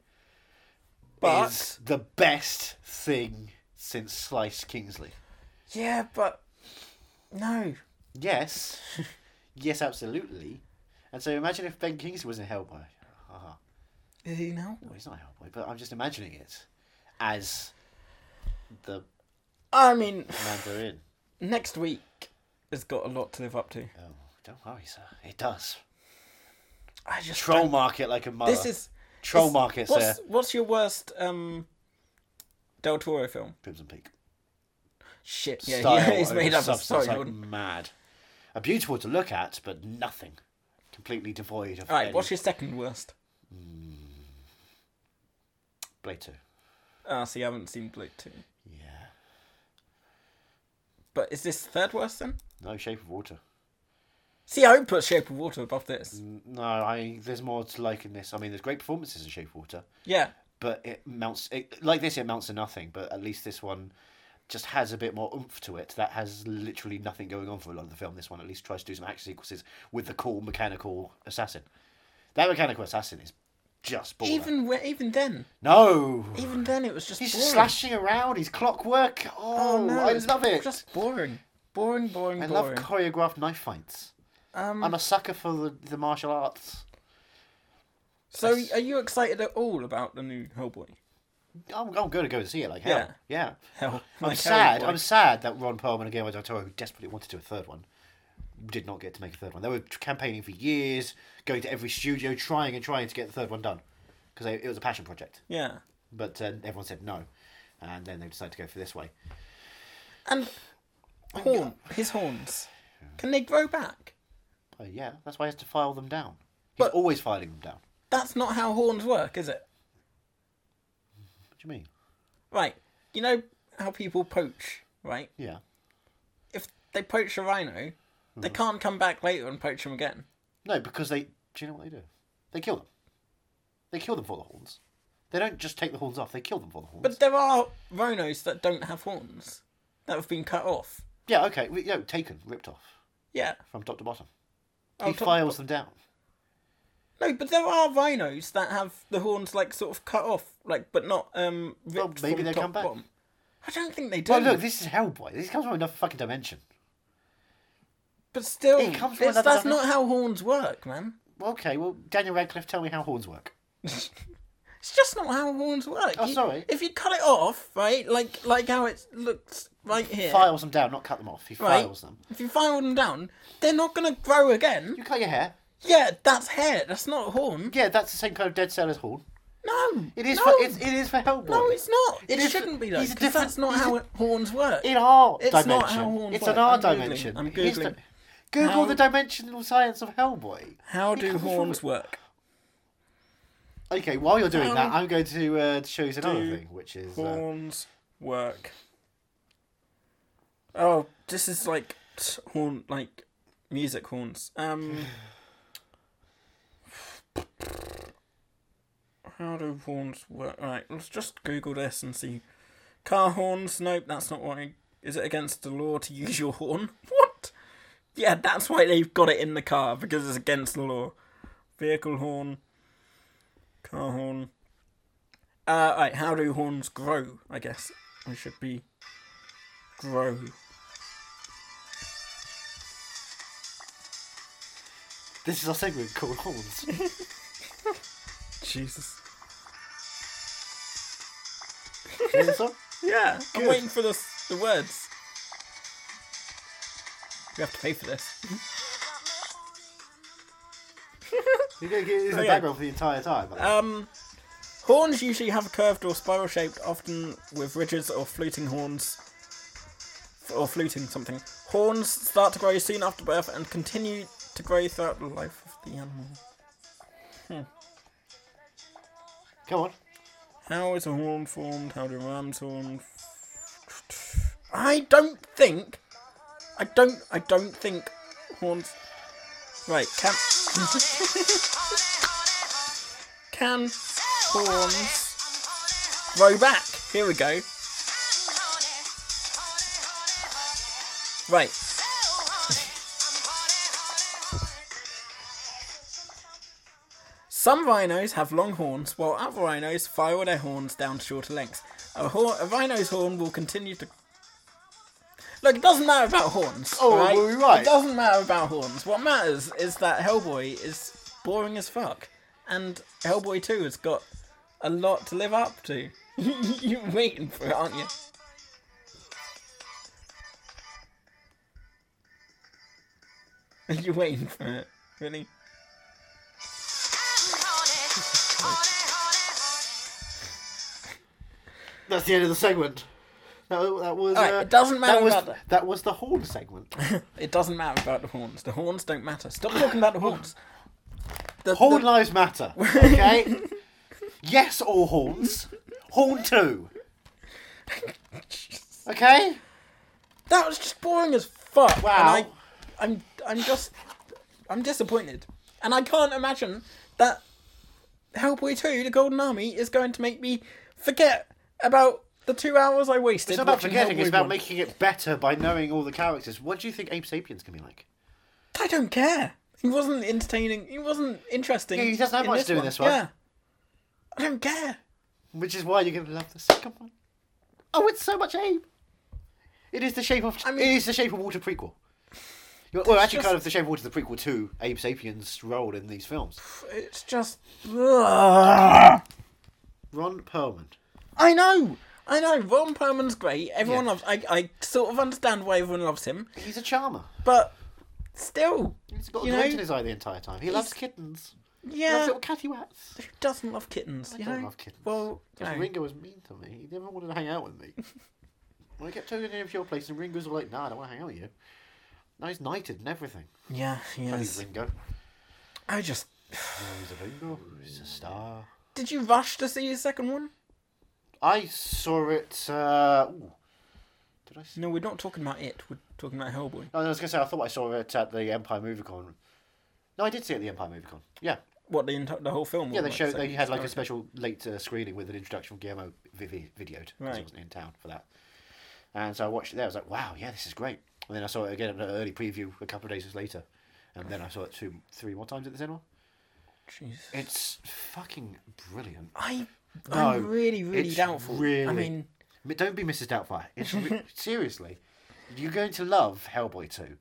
Speaker 2: But.
Speaker 1: is the best thing since Sliced Kingsley.
Speaker 2: Yeah, but. No.
Speaker 1: Yes. yes, absolutely. And so imagine if Ben Kingsley was in Hellboy. Haha.
Speaker 2: Is he now?
Speaker 1: Well, he's not Hellboy, but I'm just imagining it as the
Speaker 2: I mean,
Speaker 1: Mandarin.
Speaker 2: next week has got a lot to live up to.
Speaker 1: Oh, don't worry, sir. It does.
Speaker 2: I just.
Speaker 1: Troll
Speaker 2: don't-
Speaker 1: market like a mother.
Speaker 2: This is.
Speaker 1: troll
Speaker 2: Is-
Speaker 1: market, sir.
Speaker 2: What's, what's your worst um, Del Toro film?
Speaker 1: Crimson Peak.
Speaker 2: Shit, yeah,
Speaker 1: Style
Speaker 2: he's
Speaker 1: over
Speaker 2: made up a
Speaker 1: substance,
Speaker 2: story.
Speaker 1: like
Speaker 2: Jordan.
Speaker 1: mad. A beautiful to look at, but nothing. Completely devoid of.
Speaker 2: All right,
Speaker 1: any-
Speaker 2: what's your second worst?
Speaker 1: Blade Two?
Speaker 2: Ah, see, I haven't seen Blade Two,
Speaker 1: Yeah.
Speaker 2: but is this third worst then?
Speaker 1: No Shape of Water.
Speaker 2: See, I would put Shape of Water above this.
Speaker 1: No, I. There's more to like in this. I mean, there's great performances in Shape of Water,
Speaker 2: Yeah,
Speaker 1: but it mounts. It, like this, it mounts to nothing. But at least this one just has a bit more oomph to it. That has literally nothing going on for a lot of the film. This one at least tries to do some action sequences with the cool mechanical assassin. That mechanical assassin is just boring.
Speaker 2: Even where, even then,
Speaker 1: no,
Speaker 2: even then, it was just
Speaker 1: he's
Speaker 2: boring.
Speaker 1: slashing around. He's clockwork. Oh,
Speaker 2: Oh, no,
Speaker 1: I
Speaker 2: it's
Speaker 1: love it.
Speaker 2: Just boring, boring, boring,
Speaker 1: I love
Speaker 2: boring.
Speaker 1: choreographed knife fights.
Speaker 2: um,
Speaker 1: I'm a sucker for the, the martial arts.
Speaker 2: so, are you excited at all about the new Hellboy?
Speaker 1: I'm, I'm going to go and see it. Like hell,
Speaker 2: Yeah.
Speaker 1: yeah.
Speaker 2: Hell,
Speaker 1: I'm
Speaker 2: like
Speaker 1: sad.
Speaker 2: Hellboy.
Speaker 1: I'm sad that Ron Perlman and Guillermo del Toro, who desperately wanted to do a third one, did not get to make a third one. They were campaigning for years, going to every studio, trying and trying to get the third one done, because it was a passion project.
Speaker 2: Yeah,
Speaker 1: But uh, everyone said no, and then they decided to go for this way.
Speaker 2: and horn, his horns. Can they grow back?
Speaker 1: Oh yeah, that's why he has to file them down. He's
Speaker 2: But-
Speaker 1: always filing them down.
Speaker 2: That's not how horns work, is it?
Speaker 1: What do you mean?
Speaker 2: Right. You know how people poach, right?
Speaker 1: Yeah.
Speaker 2: If they poach a rhino,
Speaker 1: Uh-huh.
Speaker 2: they can't come back later and poach him again.
Speaker 1: No, because they. Do you know what they do? They kill them. They kill them for the horns. They don't just take the horns off. They kill them for the horns.
Speaker 2: But there are rhinos that don't have horns that have been cut off.
Speaker 1: yeah, okay. We, no, taken, ripped off
Speaker 2: Yeah.
Speaker 1: from top to bottom.
Speaker 2: Oh,
Speaker 1: He
Speaker 2: top-
Speaker 1: files them down.
Speaker 2: No, but there are rhinos that have the horns like sort of cut off, like but not um. Ripped
Speaker 1: Well, maybe
Speaker 2: from
Speaker 1: they
Speaker 2: top
Speaker 1: come back.
Speaker 2: Bottom. I don't think they do.
Speaker 1: Well, look, this is Hellboy. This comes from another fucking dimension.
Speaker 2: but still,
Speaker 1: It comes from
Speaker 2: it's-
Speaker 1: another
Speaker 2: that's not
Speaker 1: dimension.
Speaker 2: how horns work, man.
Speaker 1: Okay, well, Daniel Radcliffe, tell me how horns work.
Speaker 2: It's just not how horns work.
Speaker 1: Oh,
Speaker 2: You-
Speaker 1: sorry.
Speaker 2: If you cut it off, right, like like how it looks right here,
Speaker 1: Files them down, not cut them off. He
Speaker 2: right?
Speaker 1: files them.
Speaker 2: If you file them down, they're not gonna grow again.
Speaker 1: You cut your hair.
Speaker 2: Yeah, that's hair. That's not a horn.
Speaker 1: Yeah, that's the same kind of dead cell as horn.
Speaker 2: No,
Speaker 1: It is.
Speaker 2: No,
Speaker 1: For, it's, it is for Hellboy.
Speaker 2: no, it's not.
Speaker 1: It
Speaker 2: It,
Speaker 1: is-
Speaker 2: shouldn't be though.
Speaker 1: he's a
Speaker 2: 'cause
Speaker 1: different-
Speaker 2: that's not
Speaker 1: he's
Speaker 2: how
Speaker 1: a-
Speaker 2: horns work.
Speaker 1: in our
Speaker 2: It's not
Speaker 1: dimension.
Speaker 2: how horns
Speaker 1: it's
Speaker 2: work.
Speaker 1: an our
Speaker 2: I'm Googling.
Speaker 1: dimension.
Speaker 2: I'm
Speaker 1: Here's the-
Speaker 2: Googling.
Speaker 1: Google
Speaker 2: How-
Speaker 1: the dimensional science of Hellboy.
Speaker 2: How
Speaker 1: It
Speaker 2: do
Speaker 1: comes from-
Speaker 2: horns work?
Speaker 1: Okay, while you're doing that,
Speaker 2: How
Speaker 1: I'm going to uh, show you another
Speaker 2: do
Speaker 1: thing, which is uh,
Speaker 2: Horns work. Oh, this is like t- horn, like music horns. Um, how do horns work? Right, let's just Google this and see. Car horns? Nope, that's not why. Is it against the law to use your horn? What? Yeah, that's why they've got it in the car because it's against the law. Vehicle horn, car horn. Uh, right, how do horns grow? I guess I should be grow.
Speaker 1: this is our segment called Horns.
Speaker 2: Jesus.
Speaker 1: Hear the song?
Speaker 2: Yeah, I'm
Speaker 1: Good.
Speaker 2: waiting for the s- the words. You have to pay for this.
Speaker 1: You're going to get this in the
Speaker 2: Okay.
Speaker 1: background for the entire time. by the way.
Speaker 2: Um, horns usually have curved or spiral shaped, often with ridges or fluting horns, f- or fluting something. Horns start to grow soon after birth and continue to grow throughout the life of the animal.
Speaker 1: Come on.
Speaker 2: How is a horn formed? How do ram's horn? I don't think. I don't. I don't think horns. Right. Can. can horns grow back? Here we go. Right. Some rhinos have long horns, while other rhinos file their horns down to shorter lengths. A, hor- a rhino's horn will continue to. Look, it doesn't matter about horns.
Speaker 1: Oh,
Speaker 2: right?
Speaker 1: well, you're right.
Speaker 2: It doesn't matter about horns. What matters is that Hellboy is boring as fuck, and Hellboy 2 has got a lot to live up to. You're waiting for it, aren't you? You're waiting for it, really?
Speaker 1: That's the end of the segment. That, that was.
Speaker 2: Alright,
Speaker 1: uh,
Speaker 2: it doesn't matter
Speaker 1: that was,
Speaker 2: about that.
Speaker 1: that was the horn segment.
Speaker 2: It doesn't matter about the horns. The horns don't matter. Stop talking about the horns. The,
Speaker 1: Horn
Speaker 2: the-
Speaker 1: lives matter. Okay. yes, all horns. Horn two. Okay.
Speaker 2: that was just boring as fuck.
Speaker 1: Wow.
Speaker 2: And I, I'm I'm just I'm disappointed, and I can't imagine that Hellboy Two: The Golden Army is going to make me forget about the two hours I wasted.
Speaker 1: It's not about
Speaker 2: watching
Speaker 1: forgetting, it's
Speaker 2: Hellboy
Speaker 1: about
Speaker 2: 1.
Speaker 1: making it better by knowing all the characters. What do you think Ape Sapiens can be like?
Speaker 2: I don't care. He wasn't entertaining. He wasn't interesting.
Speaker 1: Yeah, he doesn't have
Speaker 2: in
Speaker 1: much to do in this one.
Speaker 2: Yeah. I don't care.
Speaker 1: Which is why you're going to love the second one. Oh, it's so much aim. It is the shape of
Speaker 2: I mean-
Speaker 1: it is the shape of water prequel. You- Well, actually,
Speaker 2: just-
Speaker 1: kind of the shape of water the prequel to Abe Sapiens' role in these films.
Speaker 2: It's just. Ugh.
Speaker 1: Ron Perlman.
Speaker 2: I know. I know. Ron Perlman's great. Everyone
Speaker 1: Yeah.
Speaker 2: loves. I, I sort of understand why everyone loves him,
Speaker 1: He's a charmer.
Speaker 2: but still,
Speaker 1: He's got a
Speaker 2: you
Speaker 1: glint
Speaker 2: know,
Speaker 1: in his eye the entire time. He loves kittens. He
Speaker 2: yeah.
Speaker 1: loves little catty wats.
Speaker 2: Who doesn't love kittens? you
Speaker 1: don't
Speaker 2: know?
Speaker 1: love kittens.
Speaker 2: Well, you
Speaker 1: Because
Speaker 2: know,
Speaker 1: Ringo was mean to me. He never wanted to hang out with me. when I kept turning in to your place, and Ringo was all like, "Nah, I don't want to hang out with you." Now he's knighted and everything.
Speaker 2: yeah, he
Speaker 1: Bloody
Speaker 2: is.
Speaker 1: Ringo.
Speaker 2: I just.
Speaker 1: He's a Ringo. He's a star.
Speaker 2: Did you rush to see his second one?
Speaker 1: I saw it. Uh, ooh. Did I? See?
Speaker 2: No, we're not talking about it. We're talking about Hellboy.
Speaker 1: No, I was gonna say I thought I saw it at the Empire Movie Con. No, I did see it at the Empire Movie Con. Yeah,
Speaker 2: What the entire the whole film?
Speaker 1: yeah.
Speaker 2: or
Speaker 1: They
Speaker 2: what,
Speaker 1: showed
Speaker 2: so-
Speaker 1: they had like a special late uh, screening with an introduction from Guillermo Vivi videoed because he
Speaker 2: Right.
Speaker 1: wasn't in town for that. And so I watched it there. I was like, wow, yeah, this is great. And then I saw it again in an early preview a couple of days later, and then I saw it two, three more times at the cinema.
Speaker 2: Jeez.
Speaker 1: It's fucking brilliant.
Speaker 2: I.
Speaker 1: No,
Speaker 2: I'm really, really
Speaker 1: it's
Speaker 2: doubtful. I
Speaker 1: really-
Speaker 2: mean,
Speaker 1: M- Don't be Mrs. Doubtfire. It's re- seriously, you're going to love Hellboy two.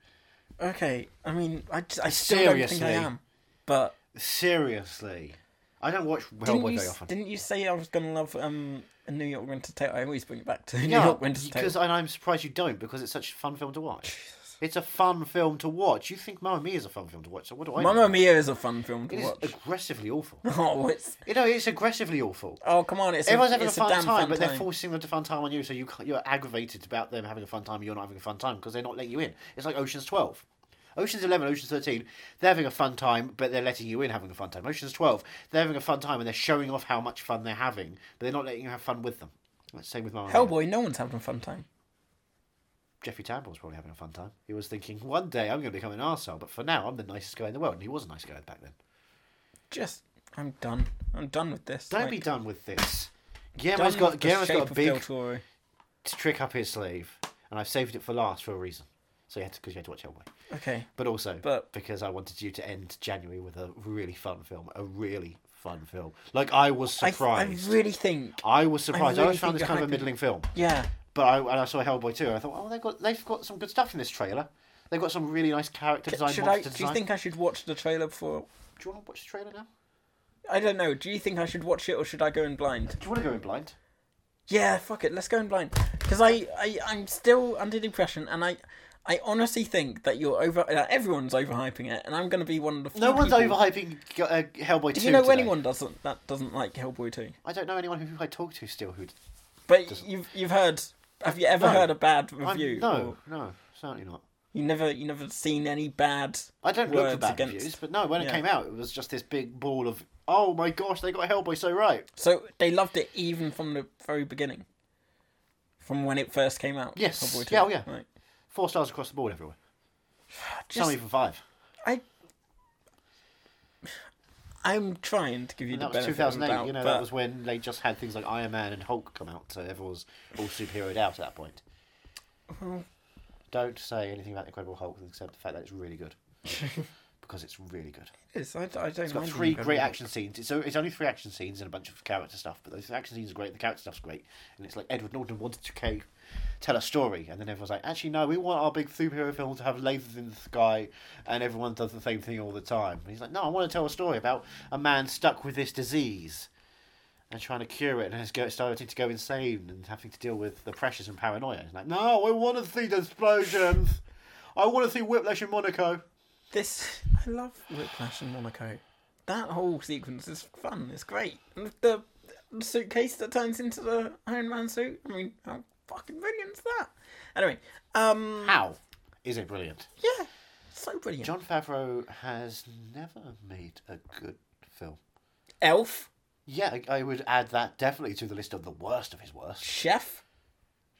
Speaker 2: okay. I mean, I, just, I still don't think I
Speaker 1: Seriously.
Speaker 2: am. But
Speaker 1: Seriously, I don't watch
Speaker 2: didn't
Speaker 1: Hellboy
Speaker 2: you
Speaker 1: very
Speaker 2: s-
Speaker 1: often.
Speaker 2: didn't you say I was gonna love um a New York Winter Tale? I always bring it back to New
Speaker 1: Yeah,
Speaker 2: York Winter Tale.
Speaker 1: because and I'm surprised you don't because it's such a fun film to watch. It's a fun film to watch. You think Mamma Mia is a fun film to watch? So what do I? know?
Speaker 2: Mamma Mia is a fun film to
Speaker 1: It is
Speaker 2: watch.
Speaker 1: aggressively awful.
Speaker 2: Oh, it's
Speaker 1: you know, it's aggressively awful.
Speaker 2: oh come on, it's
Speaker 1: Everyone's
Speaker 2: a,
Speaker 1: having a
Speaker 2: it's
Speaker 1: fun
Speaker 2: damn
Speaker 1: time,
Speaker 2: fun
Speaker 1: but they're
Speaker 2: time.
Speaker 1: forcing them to fun time on you, so you can't- you're aggravated about them having a fun time and you're not having a fun time because they're not letting you in. It's like Ocean's Twelve. Ocean's Eleven, Ocean's Thirteen, they're having a fun time, but they're letting you in having a fun time. Ocean's Twelve, they're having a fun time and they're showing off how much fun they're having, but they're not letting you have fun with them. Same with Mamma Mia.
Speaker 2: Hellboy, no one's having a fun time.
Speaker 1: Jeffrey Tambor was probably having a fun time. He was thinking, one day I'm going to become an arsehole, but for now I'm the nicest guy in the world. And he was a nice guy back then.
Speaker 2: Just I'm done. I'm done with this.
Speaker 1: Don't
Speaker 2: like,
Speaker 1: be done with this.
Speaker 2: done
Speaker 1: Guillermo's
Speaker 2: with
Speaker 1: got,
Speaker 2: the
Speaker 1: Guillermo's
Speaker 2: shape
Speaker 1: got a
Speaker 2: of Del
Speaker 1: big
Speaker 2: Toro.
Speaker 1: trick up his sleeve, and I've saved it for last for a reason. So you had to, because you had to watch Hellboy.
Speaker 2: Okay,
Speaker 1: But also,
Speaker 2: But-
Speaker 1: because I wanted you to end January with a really fun film. A really fun film. Like, I was
Speaker 2: I, I
Speaker 1: surprised. I,
Speaker 2: really think.
Speaker 1: was surprised. I,
Speaker 2: really
Speaker 1: always found
Speaker 2: think
Speaker 1: this kind of a
Speaker 2: I-
Speaker 1: middling film.
Speaker 2: Yeah,
Speaker 1: But I, and I saw Hellboy too, and I thought, oh, they've got, they've got some good stuff in this trailer. They've got some really nice character design,
Speaker 2: should I?
Speaker 1: monster
Speaker 2: Do
Speaker 1: design.
Speaker 2: you think I should watch the trailer before?
Speaker 1: Do you want to watch the trailer now?
Speaker 2: I don't know. Do you think I should watch it or should I go in blind?
Speaker 1: Do you want to go in blind?
Speaker 2: Yeah, fuck it. Let's go in blind. Because I, I, I'm still under the impression, and I, I honestly think that you're over. That everyone's overhyping it, and I'm going to be one of the. Few
Speaker 1: No one's
Speaker 2: people-
Speaker 1: overhyping uh, Hellboy 2.
Speaker 2: Do you know
Speaker 1: today.
Speaker 2: anyone doesn't that doesn't like Hellboy two?
Speaker 1: I don't know anyone who I talk to still who.
Speaker 2: But you've you've heard. Have you ever
Speaker 1: No.
Speaker 2: heard a bad
Speaker 1: I'm-
Speaker 2: review?
Speaker 1: no,
Speaker 2: or-
Speaker 1: no, certainly not.
Speaker 2: you never you never seen any bad.
Speaker 1: I don't
Speaker 2: words
Speaker 1: look for bad
Speaker 2: against.
Speaker 1: reviews, but no, when it
Speaker 2: Yeah.
Speaker 1: came out, it was just this big ball of, oh my gosh, they got Hellboy so right.
Speaker 2: So they loved it even from the very beginning, from when it first came out.
Speaker 1: Yes.
Speaker 2: Hellboy 2.
Speaker 1: Yeah, oh, yeah.
Speaker 2: Right.
Speaker 1: Four stars across the board everywhere. Some
Speaker 2: Just,
Speaker 1: even five.
Speaker 2: I. I'm trying to give you
Speaker 1: And
Speaker 2: the
Speaker 1: that was
Speaker 2: benefit of
Speaker 1: 2008.
Speaker 2: the doubt,
Speaker 1: you know,
Speaker 2: but-
Speaker 1: that was when they just had things like Iron Man and Hulk come out, so everyone was all superheroed out at that point. Don't say anything about the Incredible Hulk except the fact that it's really good. because it's really good.
Speaker 2: It's- I, I don't
Speaker 1: It's got three great action scenes. It's, o- it's only three action scenes and a bunch of character stuff, but those action scenes are great. The character stuff's great, and it's like Edward Norton wanted to ca- tell a story, and then everyone's like, actually no, we want our big superhero film to have lasers in the sky, and everyone does the same thing all the time. And he's like, no, I want to tell a story about a man stuck with this disease. And trying to cure it, and it's go- starting to go insane, and having to deal with the pressures and paranoia. It's like, no, I want to see the explosions. I want to see Whiplash in Monaco.
Speaker 2: This I love Whiplash and Monaco. That whole sequence is fun. It's great. And the, the suitcase that turns into the Iron Man suit. I mean, how fucking brilliant is that? Anyway, um,
Speaker 1: How is it brilliant?
Speaker 2: yeah, so brilliant.
Speaker 1: John Favreau has never made a good film.
Speaker 2: Elf,
Speaker 1: Yeah, I I would add that definitely to the list of the worst of his worst.
Speaker 2: Chef,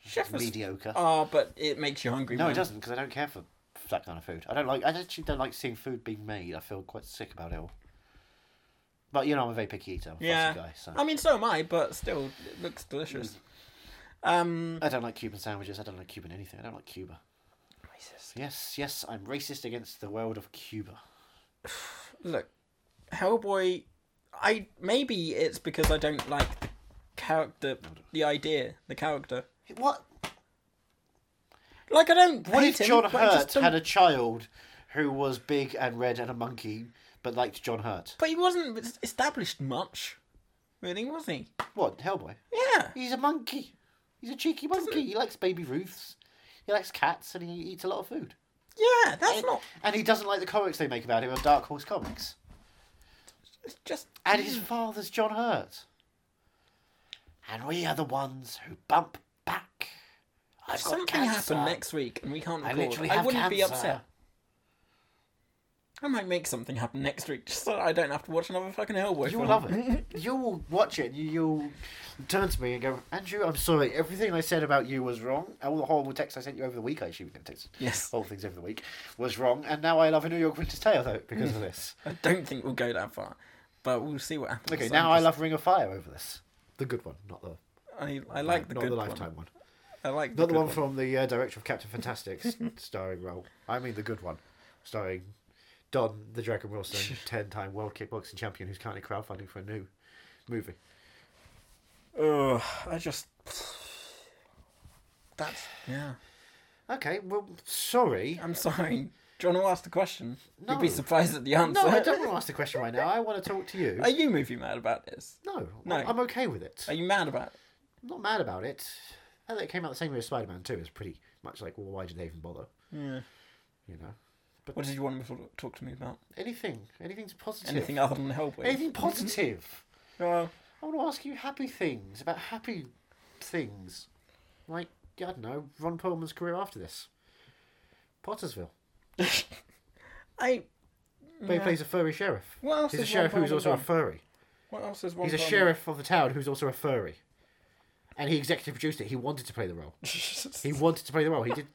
Speaker 2: Chef was
Speaker 1: Mediocre.
Speaker 2: Ah, but it makes you hungry.
Speaker 1: no,
Speaker 2: man.
Speaker 1: it doesn't because I don't care for that kind of food. I don't like. I actually don't like seeing food being made. I feel quite sick about it all. But you know, I'm a very picky eater. I'm a
Speaker 2: Yeah, Um,
Speaker 1: fussy guy, so
Speaker 2: I mean, so am I, but still, it looks delicious. Um,
Speaker 1: I don't like Cuban sandwiches. I don't like Cuban anything. I don't like Cuba. Yes, yes, I'm racist against the world of Cuba.
Speaker 2: look, Hellboy. I maybe it's because I don't like the character, the idea, the character.
Speaker 1: What?
Speaker 2: Like I don't
Speaker 1: What
Speaker 2: hate
Speaker 1: if
Speaker 2: him.
Speaker 1: John
Speaker 2: but I
Speaker 1: Hurt
Speaker 2: just don't-
Speaker 1: had a child who was big and red and a monkey, but liked John Hurt?
Speaker 2: But he wasn't established much, really, was he?
Speaker 1: What Hellboy?
Speaker 2: Yeah.
Speaker 1: He's a monkey. He's a cheeky monkey. He likes baby Ruths. He likes cats, and he eats a lot of food.
Speaker 2: Yeah, that's
Speaker 1: And-
Speaker 2: not.
Speaker 1: And he doesn't like the comics they make about him on Dark Horse Comics.
Speaker 2: It's just.
Speaker 1: And his father's John Hurt. And we are the ones who bump back. I've got
Speaker 2: Something
Speaker 1: cancer.
Speaker 2: happened next week, and we can't
Speaker 1: I
Speaker 2: record.
Speaker 1: literally have
Speaker 2: wouldn't be
Speaker 1: cancer.
Speaker 2: upset. I might make something happen next week, just so I don't have to watch another fucking Hellboy.
Speaker 1: You'll
Speaker 2: film.
Speaker 1: love it. You'll watch it. and You'll turn to me and go, Andrew, I'm sorry. Everything I said about you was wrong. All the horrible text I sent you over the week, I assume you text.
Speaker 2: Yes.
Speaker 1: All things over the week was wrong. And now I love a New York Winter's Tale, though, because of this.
Speaker 2: I don't think we'll go that far, but we'll see what happens.
Speaker 1: Okay,
Speaker 2: I'm
Speaker 1: now I
Speaker 2: just-
Speaker 1: love Ring of Fire over this. The good one, not the
Speaker 2: I, I like the
Speaker 1: not
Speaker 2: good
Speaker 1: the lifetime one.
Speaker 2: one. I like
Speaker 1: Not the
Speaker 2: good
Speaker 1: one from the uh, director of Captain Fantastic's starring role. I mean the good one, starring Don the Dragon Wilson, ten-time world kickboxing champion who's currently crowdfunding for a new movie.
Speaker 2: Ugh, I just. That's yeah.
Speaker 1: Okay, well, sorry.
Speaker 2: I'm sorry. Do you want to ask the question? You'd be
Speaker 1: No.
Speaker 2: surprised at the answer.
Speaker 1: No, I don't want to ask the question right now. I want to talk to you.
Speaker 2: Are you movie mad about this?
Speaker 1: No,
Speaker 2: No.
Speaker 1: I'm okay with it.
Speaker 2: Are you mad about it?
Speaker 1: I'm not mad about it. Now that it came out the same year as Spider-Man 2 is pretty much like, well, why did they even bother? Yeah. You know,
Speaker 2: What did you want me to talk to me about?
Speaker 1: anything, anything's positive.
Speaker 2: Anything other than Hellboy?
Speaker 1: Anything positive.
Speaker 2: Well,
Speaker 1: I want to ask you happy things about happy things. Like, I don't know, Ron Perlman's career after this. Pottersville.
Speaker 2: I.
Speaker 1: Where he plays a furry sheriff.
Speaker 2: What else
Speaker 1: He's a
Speaker 2: has
Speaker 1: sheriff
Speaker 2: Ron
Speaker 1: who's
Speaker 2: Perlman
Speaker 1: also a
Speaker 2: done?
Speaker 1: furry.
Speaker 2: What else is one?
Speaker 1: He's a
Speaker 2: problem?
Speaker 1: sheriff of the town who's also a furry. And he executive produced it. He wanted to play the role. He wanted to play the role. He did.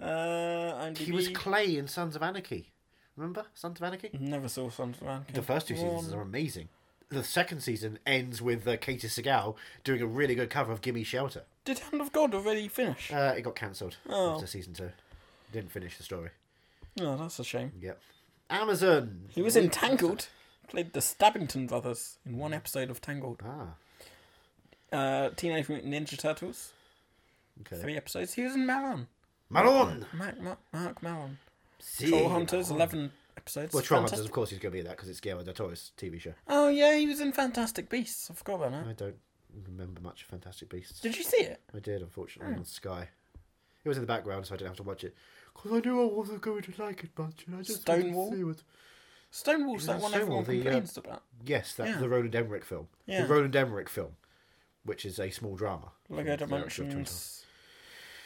Speaker 2: Uh, IMDb.
Speaker 1: He was Clay in Sons of Anarchy. Remember Sons of Anarchy?
Speaker 2: Never saw Sons of Anarchy.
Speaker 1: The first two seasons are amazing. The second season ends with uh, Katie Segal doing a really good cover of "Gimme Shelter."
Speaker 2: Did Hand of God already finish?
Speaker 1: Uh, it got cancelled
Speaker 2: Oh.
Speaker 1: after season two. Didn't finish the story.
Speaker 2: No, that's a shame.
Speaker 1: Yep. Amazon.
Speaker 2: He was in Tangled. Played the Stabbington brothers in one episode of Tangled.
Speaker 1: Ah,
Speaker 2: Uh, Teenage Mutant Ninja Turtles.
Speaker 1: okay.
Speaker 2: Three episodes. He was in Malon.
Speaker 1: Malone.
Speaker 2: Mark, Mark, Mark Malon.
Speaker 1: See
Speaker 2: Troll
Speaker 1: you,
Speaker 2: Hunters,
Speaker 1: Malone.
Speaker 2: eleven episodes.
Speaker 1: Well, Troll
Speaker 2: Fantastic-
Speaker 1: Hunters, of course, he's going to be in that because it's Guillermo del Toro's TV show.
Speaker 2: Oh yeah, he was in Fantastic Beasts. I forgot about that.
Speaker 1: I don't remember much of Fantastic Beasts.
Speaker 2: Did Hmm. you see it?
Speaker 1: I did, unfortunately, on Sky. It was in the background, so I didn't have to watch it. Because I knew I wasn't going to like it much, and I just
Speaker 2: Stonewall?
Speaker 1: Wanted to see what...
Speaker 2: Stonewall's
Speaker 1: Isn't
Speaker 2: that
Speaker 1: it
Speaker 2: one
Speaker 1: Stonewall,
Speaker 2: everyone
Speaker 1: the, uh,
Speaker 2: complains about.
Speaker 1: Yes, that
Speaker 2: Yeah.
Speaker 1: the Roland Emmerich film.
Speaker 2: Yeah.
Speaker 1: The Roland Emmerich film, which is a small drama.
Speaker 2: Lego Dimensions,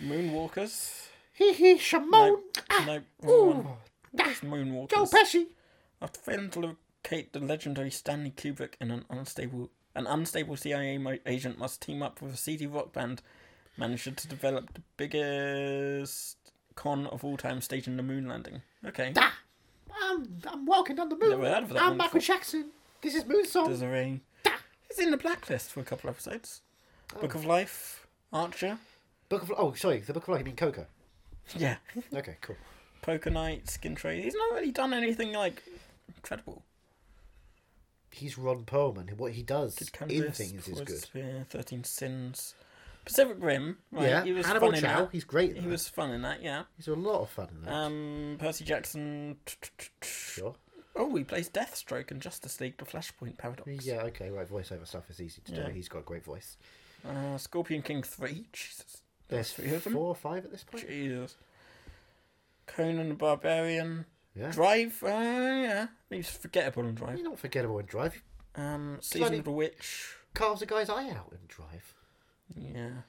Speaker 2: Moonwalkers.
Speaker 1: Hee hee, Shimon.
Speaker 2: No,
Speaker 1: Ah!
Speaker 2: no, wrong one. It's
Speaker 1: Joe
Speaker 2: Moonwalkers.
Speaker 1: Pesci.
Speaker 2: After failing to locate the legendary Stanley Kubrick in an unstable, an unstable CIA mo- agent must team up with a seedy rock band manager to develop the biggest con of all time, staging the moon landing. Okay,
Speaker 1: Ah, I'm, I'm walking on the moon.
Speaker 2: Never heard of that
Speaker 1: I'm
Speaker 2: one
Speaker 1: Michael
Speaker 2: before.
Speaker 1: Jackson. This is Moon Song.
Speaker 2: Desiree. He's in the blacklist for a couple episodes.
Speaker 1: Oh.
Speaker 2: Book of Life, Archer.
Speaker 1: Book of Oh, sorry, the Book of Life. You mean Coco?
Speaker 2: Yeah.
Speaker 1: Okay, cool.
Speaker 2: Poker Night, Skin Trade. He's not really done anything like incredible.
Speaker 1: He's Ron Perlman. What he does in
Speaker 2: Canvas,
Speaker 1: things is
Speaker 2: Poised
Speaker 1: good.
Speaker 2: Sphere, Thirteen Sins, Pacific Rim. Right,
Speaker 1: Yeah,
Speaker 2: he was
Speaker 1: Hannibal
Speaker 2: fun in
Speaker 1: Chow,
Speaker 2: that.
Speaker 1: he's great in
Speaker 2: He
Speaker 1: that.
Speaker 2: was fun in that. Yeah.
Speaker 1: He's a lot of fun in that.
Speaker 2: Um, Percy Jackson. t- t- t- t-
Speaker 1: sure.
Speaker 2: Oh, he plays Deathstroke in Justice League: The Flashpoint Paradox.
Speaker 1: Yeah, okay, right. Voiceover stuff is easy to do. He's got a great voice.
Speaker 2: Uh, Scorpion King three. Jesus.
Speaker 1: There's
Speaker 2: three of them?
Speaker 1: four or five at this point.
Speaker 2: Jesus. Conan the Barbarian.
Speaker 1: Yeah.
Speaker 2: Drive. Uh, yeah. He's forgettable in Drive.
Speaker 1: You're not forgettable in Drive.
Speaker 2: Um, Season
Speaker 1: Bloody-
Speaker 2: of the Witch.
Speaker 1: Carves a guy's eye out in Drive.
Speaker 2: Yeah.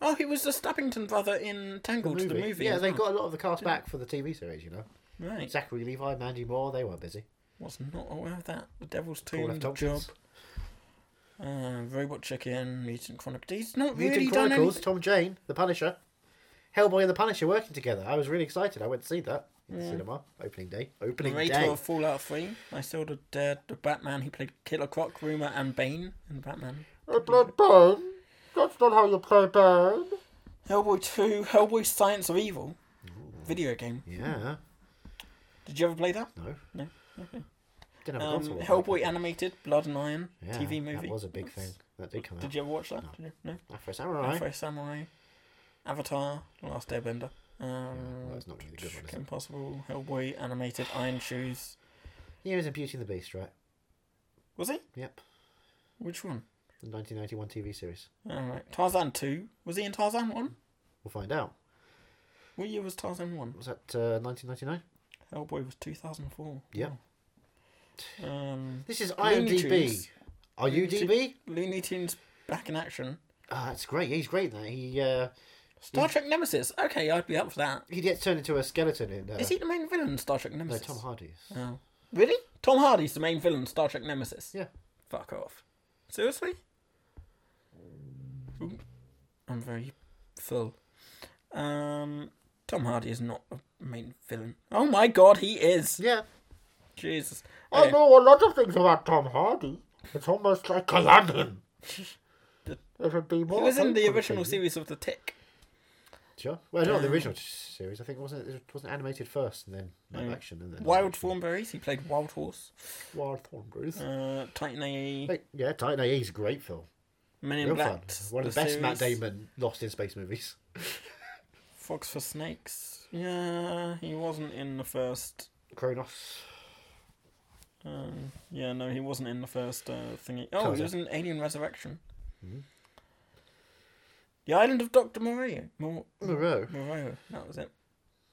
Speaker 2: Oh, he was the Stabbington brother in Tangled, the movie.
Speaker 1: yeah,
Speaker 2: as
Speaker 1: they
Speaker 2: well.
Speaker 1: got a lot of the cast back for the TV series, you know.
Speaker 2: Right.
Speaker 1: Zachary Levi, Mandy Moore, they weren't busy.
Speaker 2: Was not aware of that. The Devil's
Speaker 1: Paul
Speaker 2: Tomb,
Speaker 1: F.
Speaker 2: The Job,
Speaker 1: Tompkins.
Speaker 2: uh, Robot Chicken, Mutant Chronicles. He's not
Speaker 1: Mutant
Speaker 2: really done
Speaker 1: Chronicles,
Speaker 2: anything.
Speaker 1: Tom Jane, The Punisher, Hellboy and The Punisher working together. I was really excited. I went to see that in the cinema, opening day. Opening
Speaker 2: Narrator
Speaker 1: day.
Speaker 2: of Fallout 3. I saw the dead, the Batman. He played Killer Croc, Rumor, and Bane in Batman.
Speaker 1: I played Bane. That's not how you play Bane.
Speaker 2: Hellboy 2, Hellboy Science of Evil. Video game.
Speaker 1: Yeah.
Speaker 2: Did you ever play that?
Speaker 1: No.
Speaker 2: No.
Speaker 1: Didn't have a
Speaker 2: Um,
Speaker 1: console.
Speaker 2: Hellboy animated, Blood and Iron,
Speaker 1: Yeah,
Speaker 2: TV movie.
Speaker 1: That was a big thing that did come out.
Speaker 2: Did you ever watch that? Did you? No.
Speaker 1: Afro Samurai.
Speaker 2: Afro Samurai, Avatar, The Last Airbender. Um,
Speaker 1: Well, it's not really a good one, is it?
Speaker 2: Kim Possible, Hellboy, animated, Iron Shoes.
Speaker 1: He was in Beauty and the Beast, right?
Speaker 2: Was he?
Speaker 1: Yep.
Speaker 2: Which one?
Speaker 1: The 1991 TV series.
Speaker 2: Alright. Tarzan 2. Was he in Tarzan 1?
Speaker 1: We'll find out.
Speaker 2: What year was Tarzan 1?
Speaker 1: Was that uh, 1999?
Speaker 2: Hellboy was 2004.
Speaker 1: Yep.
Speaker 2: Um,
Speaker 1: This is
Speaker 2: Oh. Looney
Speaker 1: IMDb.
Speaker 2: Tunes.
Speaker 1: Are you DB?
Speaker 2: Looney Tunes back in action.
Speaker 1: Ah, that's great. He's great. in That he uh,
Speaker 2: Star Trek Nemesis. Okay, I'd be up for that.
Speaker 1: he gets turned into a skeleton in. Uh,
Speaker 2: Is he the main villain in Star Trek
Speaker 1: No,
Speaker 2: Nemesis?
Speaker 1: Tom Hardy's.
Speaker 2: Oh. Really? Tom Hardy's the main villain in Star Trek Nemesis.
Speaker 1: Yeah.
Speaker 2: Fuck off. Seriously? Ooh, I'm very full. Um, Tom Hardy is not a main villain. Oh my god, he is!
Speaker 1: Yeah. Oh,
Speaker 2: Jesus.
Speaker 1: I
Speaker 2: Okay,
Speaker 1: know a lot of things about Tom Hardy. It's almost like I am him. It would be more.
Speaker 2: He was in the
Speaker 1: open
Speaker 2: original
Speaker 1: to you.
Speaker 2: series of The Tick.
Speaker 1: Sure. Well, not the original series. I think wasn't it, it wasn't animated first and then
Speaker 2: Mm.
Speaker 1: live action and then
Speaker 2: Wild Thornberries, he played Wild Horse.
Speaker 1: Wild Thornberries.
Speaker 2: Uh, Titan A,
Speaker 1: Hey, yeah, Titan A E is a great film.
Speaker 2: Men in
Speaker 1: Real
Speaker 2: Black.
Speaker 1: fun. One of the, best Matt
Speaker 2: series,
Speaker 1: Damon Lost in Space movies.
Speaker 2: Fox for Snakes. Yeah, he wasn't in the first
Speaker 1: Kronos.
Speaker 2: Um, yeah, no, he wasn't in the first uh, thingy. Oh, he
Speaker 1: Cosa.
Speaker 2: was in Alien Resurrection.
Speaker 1: Mm-hmm.
Speaker 2: The Island of Doctor Moreau. Mor-
Speaker 1: Moreau.
Speaker 2: Moreau. That was it.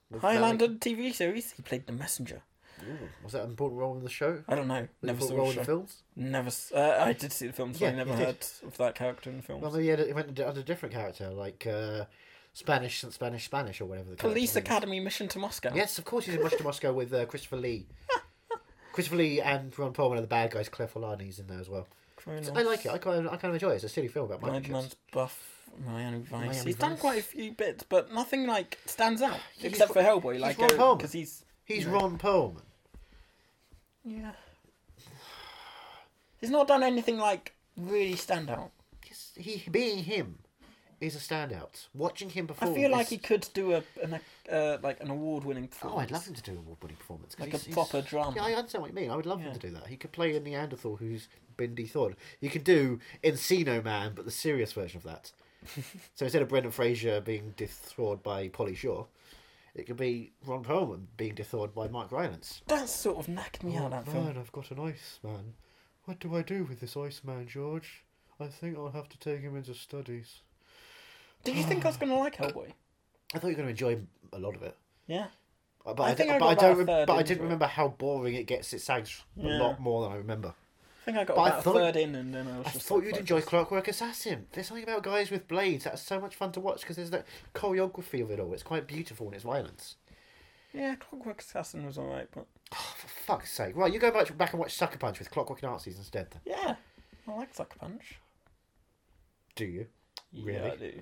Speaker 1: Was that-
Speaker 2: Highlander TV series. He played the messenger.
Speaker 1: Was that an important role in the show?
Speaker 2: I don't know. Never
Speaker 1: important
Speaker 2: saw
Speaker 1: role
Speaker 2: the
Speaker 1: in the
Speaker 2: show.
Speaker 1: films?
Speaker 2: Never. s- Uh, I did see the film, so I
Speaker 1: Yeah,
Speaker 2: never
Speaker 1: you did.
Speaker 2: heard of that character in films.
Speaker 1: Well, maybe he, had a, he went under a different character, like uh, Spanish, Spanish, Spanish, or whatever the character
Speaker 2: Police
Speaker 1: was.
Speaker 2: Academy Mission to Moscow.
Speaker 1: Yes, of course he's in Rush to Moscow with uh, Christopher Lee. Christopher Lee and Ron Perlman are the bad guys. Claire Forlani's in there as well.
Speaker 2: Kronos,
Speaker 1: So I like it. I kind, of, I kind of enjoy it. It's a silly film about
Speaker 2: Blind
Speaker 1: microchips.
Speaker 2: Man's Buff. Miami Vice.
Speaker 1: Miami
Speaker 2: he's done
Speaker 1: Vice.
Speaker 2: quite a few bits, but nothing like stands out except for Hellboy. Like
Speaker 1: Ron Perlman.
Speaker 2: because he's
Speaker 1: He's Ron Perlman.
Speaker 2: Yeah. He's not done anything like really stand out.
Speaker 1: Yes, He being him is a standout. Watching him
Speaker 2: I
Speaker 1: perform.
Speaker 2: feel like
Speaker 1: is-
Speaker 2: he could do a an uh, like an award winning performance.
Speaker 1: Oh, I'd love him to do a award-winning performance. 'cause
Speaker 2: Like a
Speaker 1: he's- he's-
Speaker 2: proper drama.
Speaker 1: Yeah, I understand what you mean. I would love him to do that. He could play a Neanderthal who's been dethawed. He could do Encino Man, but the serious version of that. so instead of Brendan Fraser being dethawed by Polly Shaw, it could be Ron Perlman being dethawed by Mike Rylance.
Speaker 2: That sort of knacked me out that film.
Speaker 1: Oh, I've got an ice man. What do I do with this ice man, George? I think I'll have to take him into studies.
Speaker 2: Did you think I was gonna like Hellboy?
Speaker 1: I thought you were going to enjoy a lot of it.
Speaker 2: Yeah.
Speaker 1: Uh, But
Speaker 2: I
Speaker 1: I,
Speaker 2: think I
Speaker 1: but
Speaker 2: got
Speaker 1: I don't.
Speaker 2: about a
Speaker 1: rem-
Speaker 2: third
Speaker 1: but I
Speaker 2: into
Speaker 1: didn't
Speaker 2: it.
Speaker 1: remember how boring it gets. It sags a
Speaker 2: Yeah.
Speaker 1: lot more than I remember.
Speaker 2: I think I got
Speaker 1: But I
Speaker 2: about
Speaker 1: thought-
Speaker 2: a third in and then I was
Speaker 1: I
Speaker 2: just
Speaker 1: thought
Speaker 2: like,
Speaker 1: you'd
Speaker 2: fuck
Speaker 1: enjoy
Speaker 2: this.
Speaker 1: Clockwork Assassin. There's something about guys with blades that's so much fun to watch because there's that choreography of it all. It's quite beautiful and it's violence. Oh,
Speaker 2: Yeah, Clockwork Assassin was alright, but
Speaker 1: For fuck's sake! Right, you go back back and watch Sucker Punch with Clockwork Nazis instead. Then.
Speaker 2: yeah. I like Sucker Punch.
Speaker 1: Do you?
Speaker 2: Yeah, I
Speaker 1: Really?
Speaker 2: do.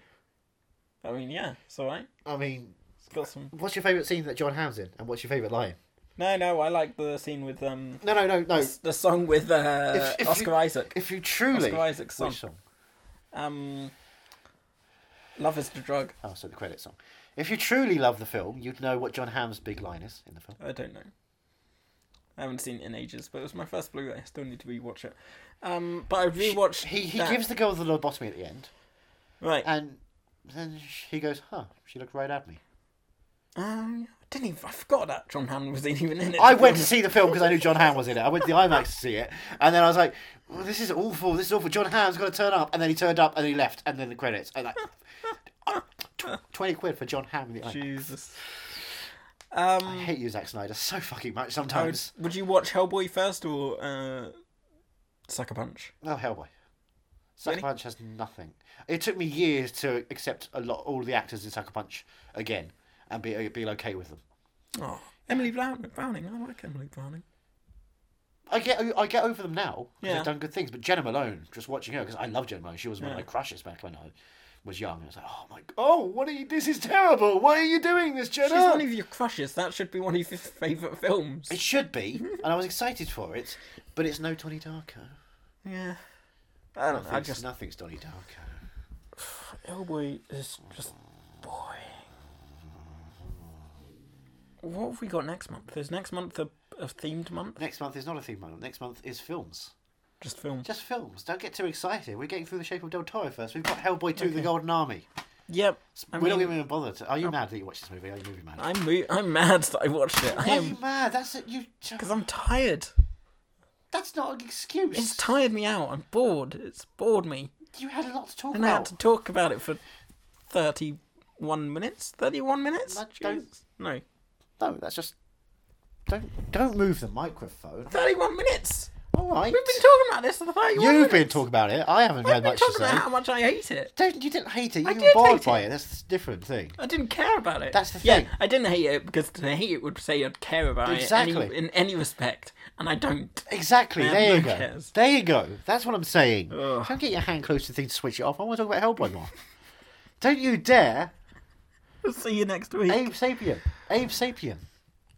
Speaker 2: I mean, yeah, it's alright.
Speaker 1: I mean,
Speaker 2: It's got some
Speaker 1: what's your favourite scene that John Hamm's in, and what's your favourite line?
Speaker 2: No, no, I like the scene with um
Speaker 1: No, no, no, no.
Speaker 2: the song with uh,
Speaker 1: Oh. If- if
Speaker 2: Oscar
Speaker 1: you-
Speaker 2: Isaac.
Speaker 1: If you truly
Speaker 2: Oscar Isaac's song.
Speaker 1: Which song?
Speaker 2: Um, Love is the drug.
Speaker 1: Oh, so the credit song. If you truly love the film, you'd know what John Hamm's big line is in the film.
Speaker 2: I don't know. I haven't seen it in ages, but it was my first Blu-ray. I still need to rewatch it. Um, but I rewatched.
Speaker 1: He he
Speaker 2: that.
Speaker 1: gives the Uh, girl the lobotomy at the end,
Speaker 2: right.
Speaker 1: and then he goes, "Huh? She looked right at me."
Speaker 2: Um, I didn't even. I forgot that John Hammond was even in it.
Speaker 1: I went to see the film because I knew John Hamm was in it. I went to the IMAX to see it, and then I was like, well, "This is awful. This is awful." John Hamm's got to turn up, and then he turned up, and then he left, and then the credits. And like, tw- twenty quid for John Hamm in the IMAX.
Speaker 2: Jesus. Um,
Speaker 1: I hate you, Zack Snyder, so fucking much
Speaker 2: I Would,
Speaker 1: sometimes.
Speaker 2: would you watch Hellboy first or uh, Sucker Punch?
Speaker 1: Oh, Hellboy. Sucker
Speaker 2: Really?
Speaker 1: Punch has nothing. It took me years to accept a lot all the actors in Sucker Punch again and be be okay with them.
Speaker 2: Oh, Emily Brown- Browning. I like Emily Browning.
Speaker 1: I get o- I get over them now. 'cause
Speaker 2: Yeah.
Speaker 1: They've done good things, but Jenna Malone, just watching her because I love Jenna Malone. She was one of my crushes back when I was young. I was like, oh my, g- oh, what are you? This is terrible. Why are you doing this,
Speaker 2: She's
Speaker 1: Jenna?
Speaker 2: one of your crushes. That should be one of your favourite films.
Speaker 1: It should be, and I was excited for it, but it's no Tony Darko.
Speaker 2: Yeah. I don't know. I
Speaker 1: Nothing's-
Speaker 2: just
Speaker 1: nothing's Tony Darko.
Speaker 2: Hellboy is just boring. What have we got next month? Is next month a, a themed month?
Speaker 1: Next month is not a theme month. Next month is films.
Speaker 2: Just film.
Speaker 1: Just films. Don't get too excited. We're getting through the shape of Del Toro first. We've got Hellboy 2 The Golden Army.
Speaker 2: Yep. I
Speaker 1: We're not
Speaker 2: mean,
Speaker 1: even going to bother. To... Are you mad that you watched this movie? Are you movie mad?
Speaker 2: I'm mo- I'm mad that I watched it. I
Speaker 1: Why are you
Speaker 2: am
Speaker 1: mad? That's a, you.
Speaker 2: because I'm tired.
Speaker 1: That's not an excuse.
Speaker 2: It's tired me out. I'm bored. It's bored me,
Speaker 1: You had a lot to talk
Speaker 2: and I had
Speaker 1: about.
Speaker 2: to talk about it for thirty-one minutes. Thirty-one minutes?
Speaker 1: No, don't-
Speaker 2: Jeez. No,
Speaker 1: No, that's just. Don't don't move the microphone.
Speaker 2: thirty-one minutes.
Speaker 1: All right.
Speaker 2: We've been talking about this for the thirty-one.
Speaker 1: You've
Speaker 2: minutes.
Speaker 1: been talking about it. I haven't
Speaker 2: I've
Speaker 1: had
Speaker 2: been
Speaker 1: much to
Speaker 2: talking
Speaker 1: say.
Speaker 2: about how much I hate it.
Speaker 1: Don't you didn't hate it. You
Speaker 2: I
Speaker 1: were
Speaker 2: did
Speaker 1: bored
Speaker 2: hate
Speaker 1: by
Speaker 2: it.
Speaker 1: it. That's a different thing.
Speaker 2: I didn't care about it.
Speaker 1: That's the
Speaker 2: Yeah,
Speaker 1: thing.
Speaker 2: I didn't hate it because to hate it would say I'd care about it
Speaker 1: Exactly.
Speaker 2: any, in any respect, and I don't.
Speaker 1: Exactly.
Speaker 2: Man,
Speaker 1: there you
Speaker 2: who
Speaker 1: go.
Speaker 2: cares?
Speaker 1: There you go. That's what I'm saying. Don't get your hand close to the thing to switch it off. I want to talk about Hellboy more. Don't you dare,
Speaker 2: See you next week.
Speaker 1: Abe Sapien. Abe Sapien.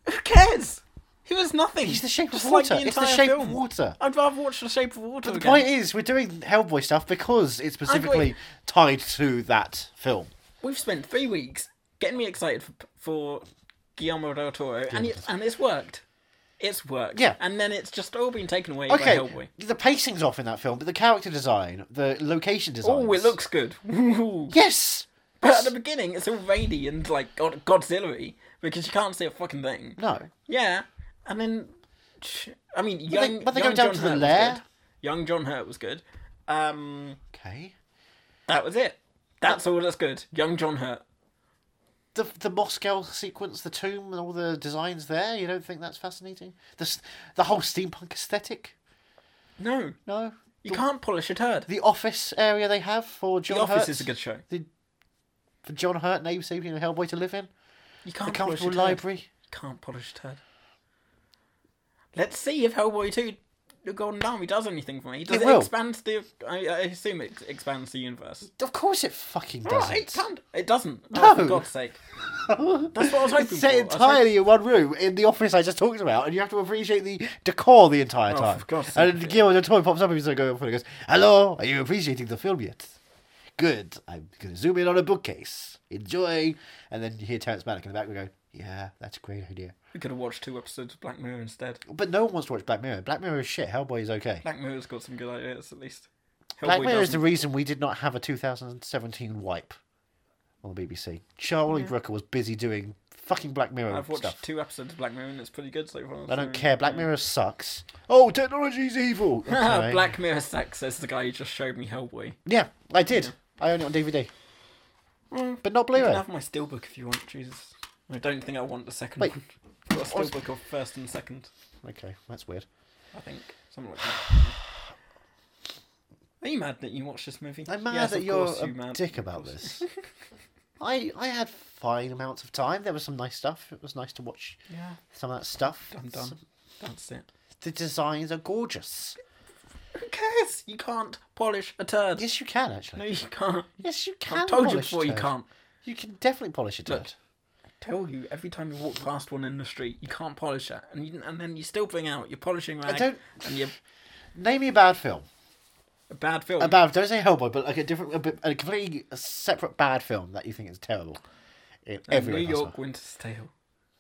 Speaker 2: Who cares? He was nothing.
Speaker 1: He's the shape
Speaker 2: Just
Speaker 1: of water.
Speaker 2: Like the
Speaker 1: it's the
Speaker 2: entire
Speaker 1: shape
Speaker 2: film.
Speaker 1: of water.
Speaker 2: I'd rather watch The Shape of Water.
Speaker 1: The
Speaker 2: again.
Speaker 1: point is, we're doing Hellboy stuff because it's specifically tied to that film.
Speaker 2: We've spent three weeks getting me excited for, for Guillermo del Toro, and, it, and it's worked. It's worked.
Speaker 1: Yeah.
Speaker 2: And then it's just all been taken away
Speaker 1: Okay,
Speaker 2: by Hellboy.
Speaker 1: the pacing's off in that film, but the character design, the location design.
Speaker 2: Oh, it looks good. Ooh.
Speaker 1: Yes.
Speaker 2: But at the beginning, it's all rainy and like God- Godzilla because you can't see a fucking thing.
Speaker 1: No.
Speaker 2: Yeah, and then I mean,
Speaker 1: But they-
Speaker 2: young,
Speaker 1: but they go
Speaker 2: young
Speaker 1: down
Speaker 2: John
Speaker 1: to the
Speaker 2: Hurt was
Speaker 1: lair.
Speaker 2: good. Young John Hurt was good. Um,
Speaker 1: Okay.
Speaker 2: that was it. That's all that's good. Young John Hurt.
Speaker 1: the the Moscow sequence, the tomb, and all the designs there. You don't think that's fascinating? The s- the whole steampunk aesthetic.
Speaker 2: No,
Speaker 1: No,
Speaker 2: you can't polish a turd.
Speaker 1: the office area they have for John
Speaker 2: The Office
Speaker 1: Hurt's-
Speaker 2: is a good show.
Speaker 1: for John Hurt, Name Saving, and Hellboy to live in.
Speaker 2: You
Speaker 1: The
Speaker 2: can't polish a
Speaker 1: comfortable
Speaker 2: turd.
Speaker 1: library.
Speaker 2: You can't polish a turd. Let's see if Hellboy Two, The Golden Army, does anything for me. Does
Speaker 1: It
Speaker 2: it,
Speaker 1: will.
Speaker 2: expand the? I, I assume it expands the universe.
Speaker 1: Of course, it fucking
Speaker 2: Oh,
Speaker 1: doesn't.
Speaker 2: it can't. It doesn't.
Speaker 1: No.
Speaker 2: Oh, for God's sake. That's what I was hoping
Speaker 1: It's
Speaker 2: for.
Speaker 1: set
Speaker 2: I was hoping-
Speaker 1: entirely in one room in the office I just talked about, and you have to appreciate the decor the entire
Speaker 2: Oh,
Speaker 1: time.
Speaker 2: for God's sake,
Speaker 1: and
Speaker 2: yeah.
Speaker 1: Guillermo del Toro pops up and he's like, going, up and he goes, "Hello, are you appreciating the film yet? Good. I'm gonna zoom in on a bookcase. Enjoy." And then you hear Terrence Malick in the back. We go, "Yeah, that's a great idea."
Speaker 2: We could have watched two episodes of Black Mirror instead.
Speaker 1: But no one wants to watch Black Mirror. Black Mirror is shit. Hellboy is okay.
Speaker 2: Black Mirror's got some good ideas, at least.
Speaker 1: Black
Speaker 2: Hellboy
Speaker 1: Mirror is the
Speaker 2: doesn't.
Speaker 1: reason we did not have a 2017 wipe on the BBC. Charlie Brooker was busy doing fucking Black Mirror
Speaker 2: I've watched
Speaker 1: stuff.
Speaker 2: two episodes of Black Mirror and it's pretty good so far.
Speaker 1: I don't care. Black Mirror sucks. Oh, technology's evil. Okay.
Speaker 2: Black Mirror sex says the guy who just showed me Hellboy.
Speaker 1: Yeah, I did. I own it on DVD,
Speaker 2: Mm.
Speaker 1: but not
Speaker 2: You can
Speaker 1: Blu-ray.
Speaker 2: have my steelbook if you want, Jesus. I don't think I want the second
Speaker 1: Wait.
Speaker 2: one. I've got a steelbook of first and second,
Speaker 1: Okay, that's weird.
Speaker 2: I think. Something like that. Are you mad that you watched this movie?
Speaker 1: I'm mad
Speaker 2: Yes,
Speaker 1: that
Speaker 2: of
Speaker 1: you're
Speaker 2: course
Speaker 1: a
Speaker 2: you're mad.
Speaker 1: dick about this. I I had fine amounts of time. There was some nice stuff. It was nice to watch
Speaker 2: Yeah,
Speaker 1: some of that stuff.
Speaker 2: I'm done. That's it.
Speaker 1: The designs are gorgeous.
Speaker 2: Who cares? You can't polish a turd.
Speaker 1: Yes, you can
Speaker 2: No,
Speaker 1: actually.
Speaker 2: you can't.
Speaker 1: Yes, you can.
Speaker 2: I've told you
Speaker 1: polish a
Speaker 2: before you
Speaker 1: turd.
Speaker 2: can't.
Speaker 1: You can definitely polish a turd.
Speaker 2: Tell you every time you walk past one in the street, you can't polish that, and you, and then you still bring out your polishing rag
Speaker 1: don't-
Speaker 2: and your
Speaker 1: Name me a bad film.
Speaker 2: a bad film.
Speaker 1: A bad. Don't say Hellboy, but like a different, a, bit, a completely separate bad film that you think is terrible. In
Speaker 2: And
Speaker 1: every
Speaker 2: New
Speaker 1: way possible.
Speaker 2: York Mm. Winter's Tale.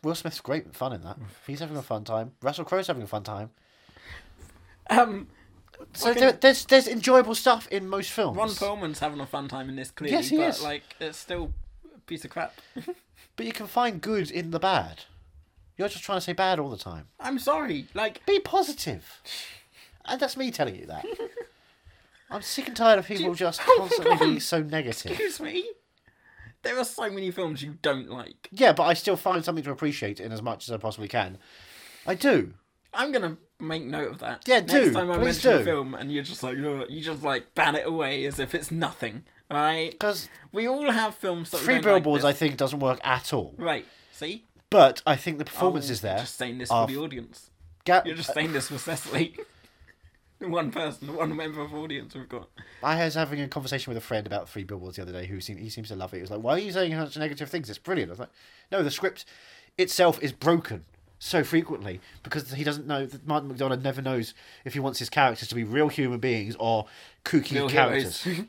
Speaker 1: Will Smith's great fun in that. He's having a fun time. Russell Crowe's having a fun time.
Speaker 2: Um,
Speaker 1: So there, there's there's enjoyable stuff in most films.
Speaker 2: Ron Perlman's having a fun time in this clearly,
Speaker 1: Yes, he
Speaker 2: but
Speaker 1: is.
Speaker 2: like it's still a piece of crap.
Speaker 1: But you can find good in the bad. You're just trying to say bad all the time.
Speaker 2: I'm sorry, like
Speaker 1: Be positive. And that's me telling you that. I'm sick and tired of people just
Speaker 2: Oh my
Speaker 1: constantly
Speaker 2: God.
Speaker 1: being so negative.
Speaker 2: excuse me. There are so many films you don't like.
Speaker 1: Yeah, but I still find something to appreciate in as much as I possibly can. I do.
Speaker 2: I'm gonna make note of that.
Speaker 1: Yeah,
Speaker 2: Next
Speaker 1: do.
Speaker 2: time I
Speaker 1: Please
Speaker 2: mention a
Speaker 1: do.
Speaker 2: film and you're just like "Ugh," you just like ban it away as if it's nothing. Right?
Speaker 1: Because
Speaker 2: We all have films that
Speaker 1: Three
Speaker 2: we don't like
Speaker 1: Billboards,
Speaker 2: this.
Speaker 1: I think, doesn't work at all.
Speaker 2: Right. See?
Speaker 1: But I think the performances there.
Speaker 2: Just saying this
Speaker 1: are
Speaker 2: for the audience.
Speaker 1: ga-
Speaker 2: Oh, You're just saying this for Cecily. The one person, the one member of audience we've got.
Speaker 1: I was having a conversation with a friend about Three Billboards the other day who seemed, he seems to love it. He was like, Why are you saying such negative things? It's brilliant. I was like, No, the script itself is broken so frequently because he doesn't know that Martin McDonald never knows if he wants his characters to be real human beings or kooky
Speaker 2: Real
Speaker 1: characters.
Speaker 2: heroes.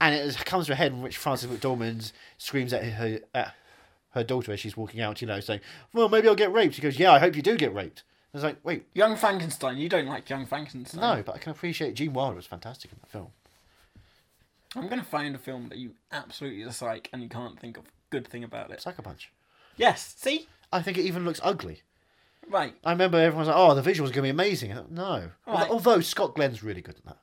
Speaker 1: And it is- comes to a head in which Frances McDormand screams at her at her daughter as she's walking out, you know, saying, "Well, maybe I'll get raped." She goes, "Yeah, I hope you do get raped." I was like, "Wait,
Speaker 2: Young Frankenstein. You don't like Young Frankenstein.
Speaker 1: no," but I can appreciate Gene Wilder was fantastic in that film.
Speaker 2: I'm gonna find a film that you absolutely dislike and you can't think of a good thing about it.
Speaker 1: Sucker Punch.
Speaker 2: Yes. See.
Speaker 1: I think it even looks ugly.
Speaker 2: Right.
Speaker 1: I remember everyone was like, "Oh, the visuals going to be amazing." And I- No,
Speaker 2: Alright.
Speaker 1: although Scott Glenn's really good at that.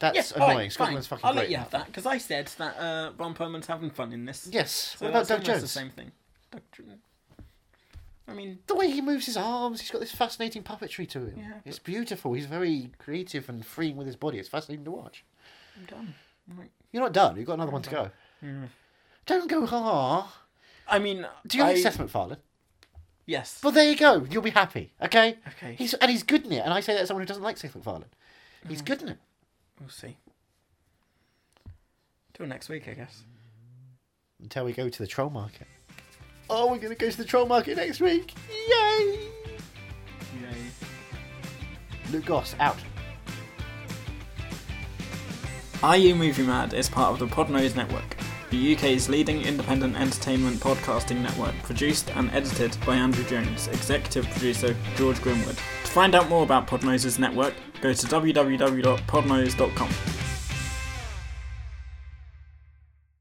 Speaker 1: That's
Speaker 2: Yes.
Speaker 1: annoying.
Speaker 2: alright,
Speaker 1: Scott
Speaker 2: fine.
Speaker 1: Glenn's fucking
Speaker 2: I'll
Speaker 1: great.
Speaker 2: let you
Speaker 1: in
Speaker 2: have that because I said that uh, Ron Perlman's having fun in this.
Speaker 1: Yes.
Speaker 2: So
Speaker 1: what about
Speaker 2: that's
Speaker 1: Doug
Speaker 2: almost
Speaker 1: Jones?
Speaker 2: The same thing. Doug Jones. I mean,
Speaker 1: The way he moves his arms, he's got this fascinating puppetry to him.
Speaker 2: Yeah,
Speaker 1: it's beautiful. He's very creative and freeing with his body. It's fascinating to watch.
Speaker 2: I'm done. Right.
Speaker 1: You're not done. You've got another one to go.
Speaker 2: Mm-hmm.
Speaker 1: Don't go ha.
Speaker 2: I mean,
Speaker 1: Do you
Speaker 2: I,
Speaker 1: like Seth MacFarlane?
Speaker 2: Yes.
Speaker 1: Well, there you go. You'll be happy. Okay.
Speaker 2: Okay.
Speaker 1: He's and he's good in it. And I say that as someone who doesn't like Seth MacFarlane.
Speaker 2: Mm.
Speaker 1: He's good in it.
Speaker 2: We'll see. Till next week, I guess.
Speaker 1: Until we go to the troll market. Oh, we're gonna go to the troll market next week. Yay!
Speaker 2: Yay.
Speaker 1: Luke Goss out.
Speaker 2: Are You Movie Mad is part of the Podnose Network, the UK's leading independent entertainment podcasting network, produced and edited by Andrew Jones, executive producer George Grimwood. To find out more about Podnose's network, go to www.podnose.com.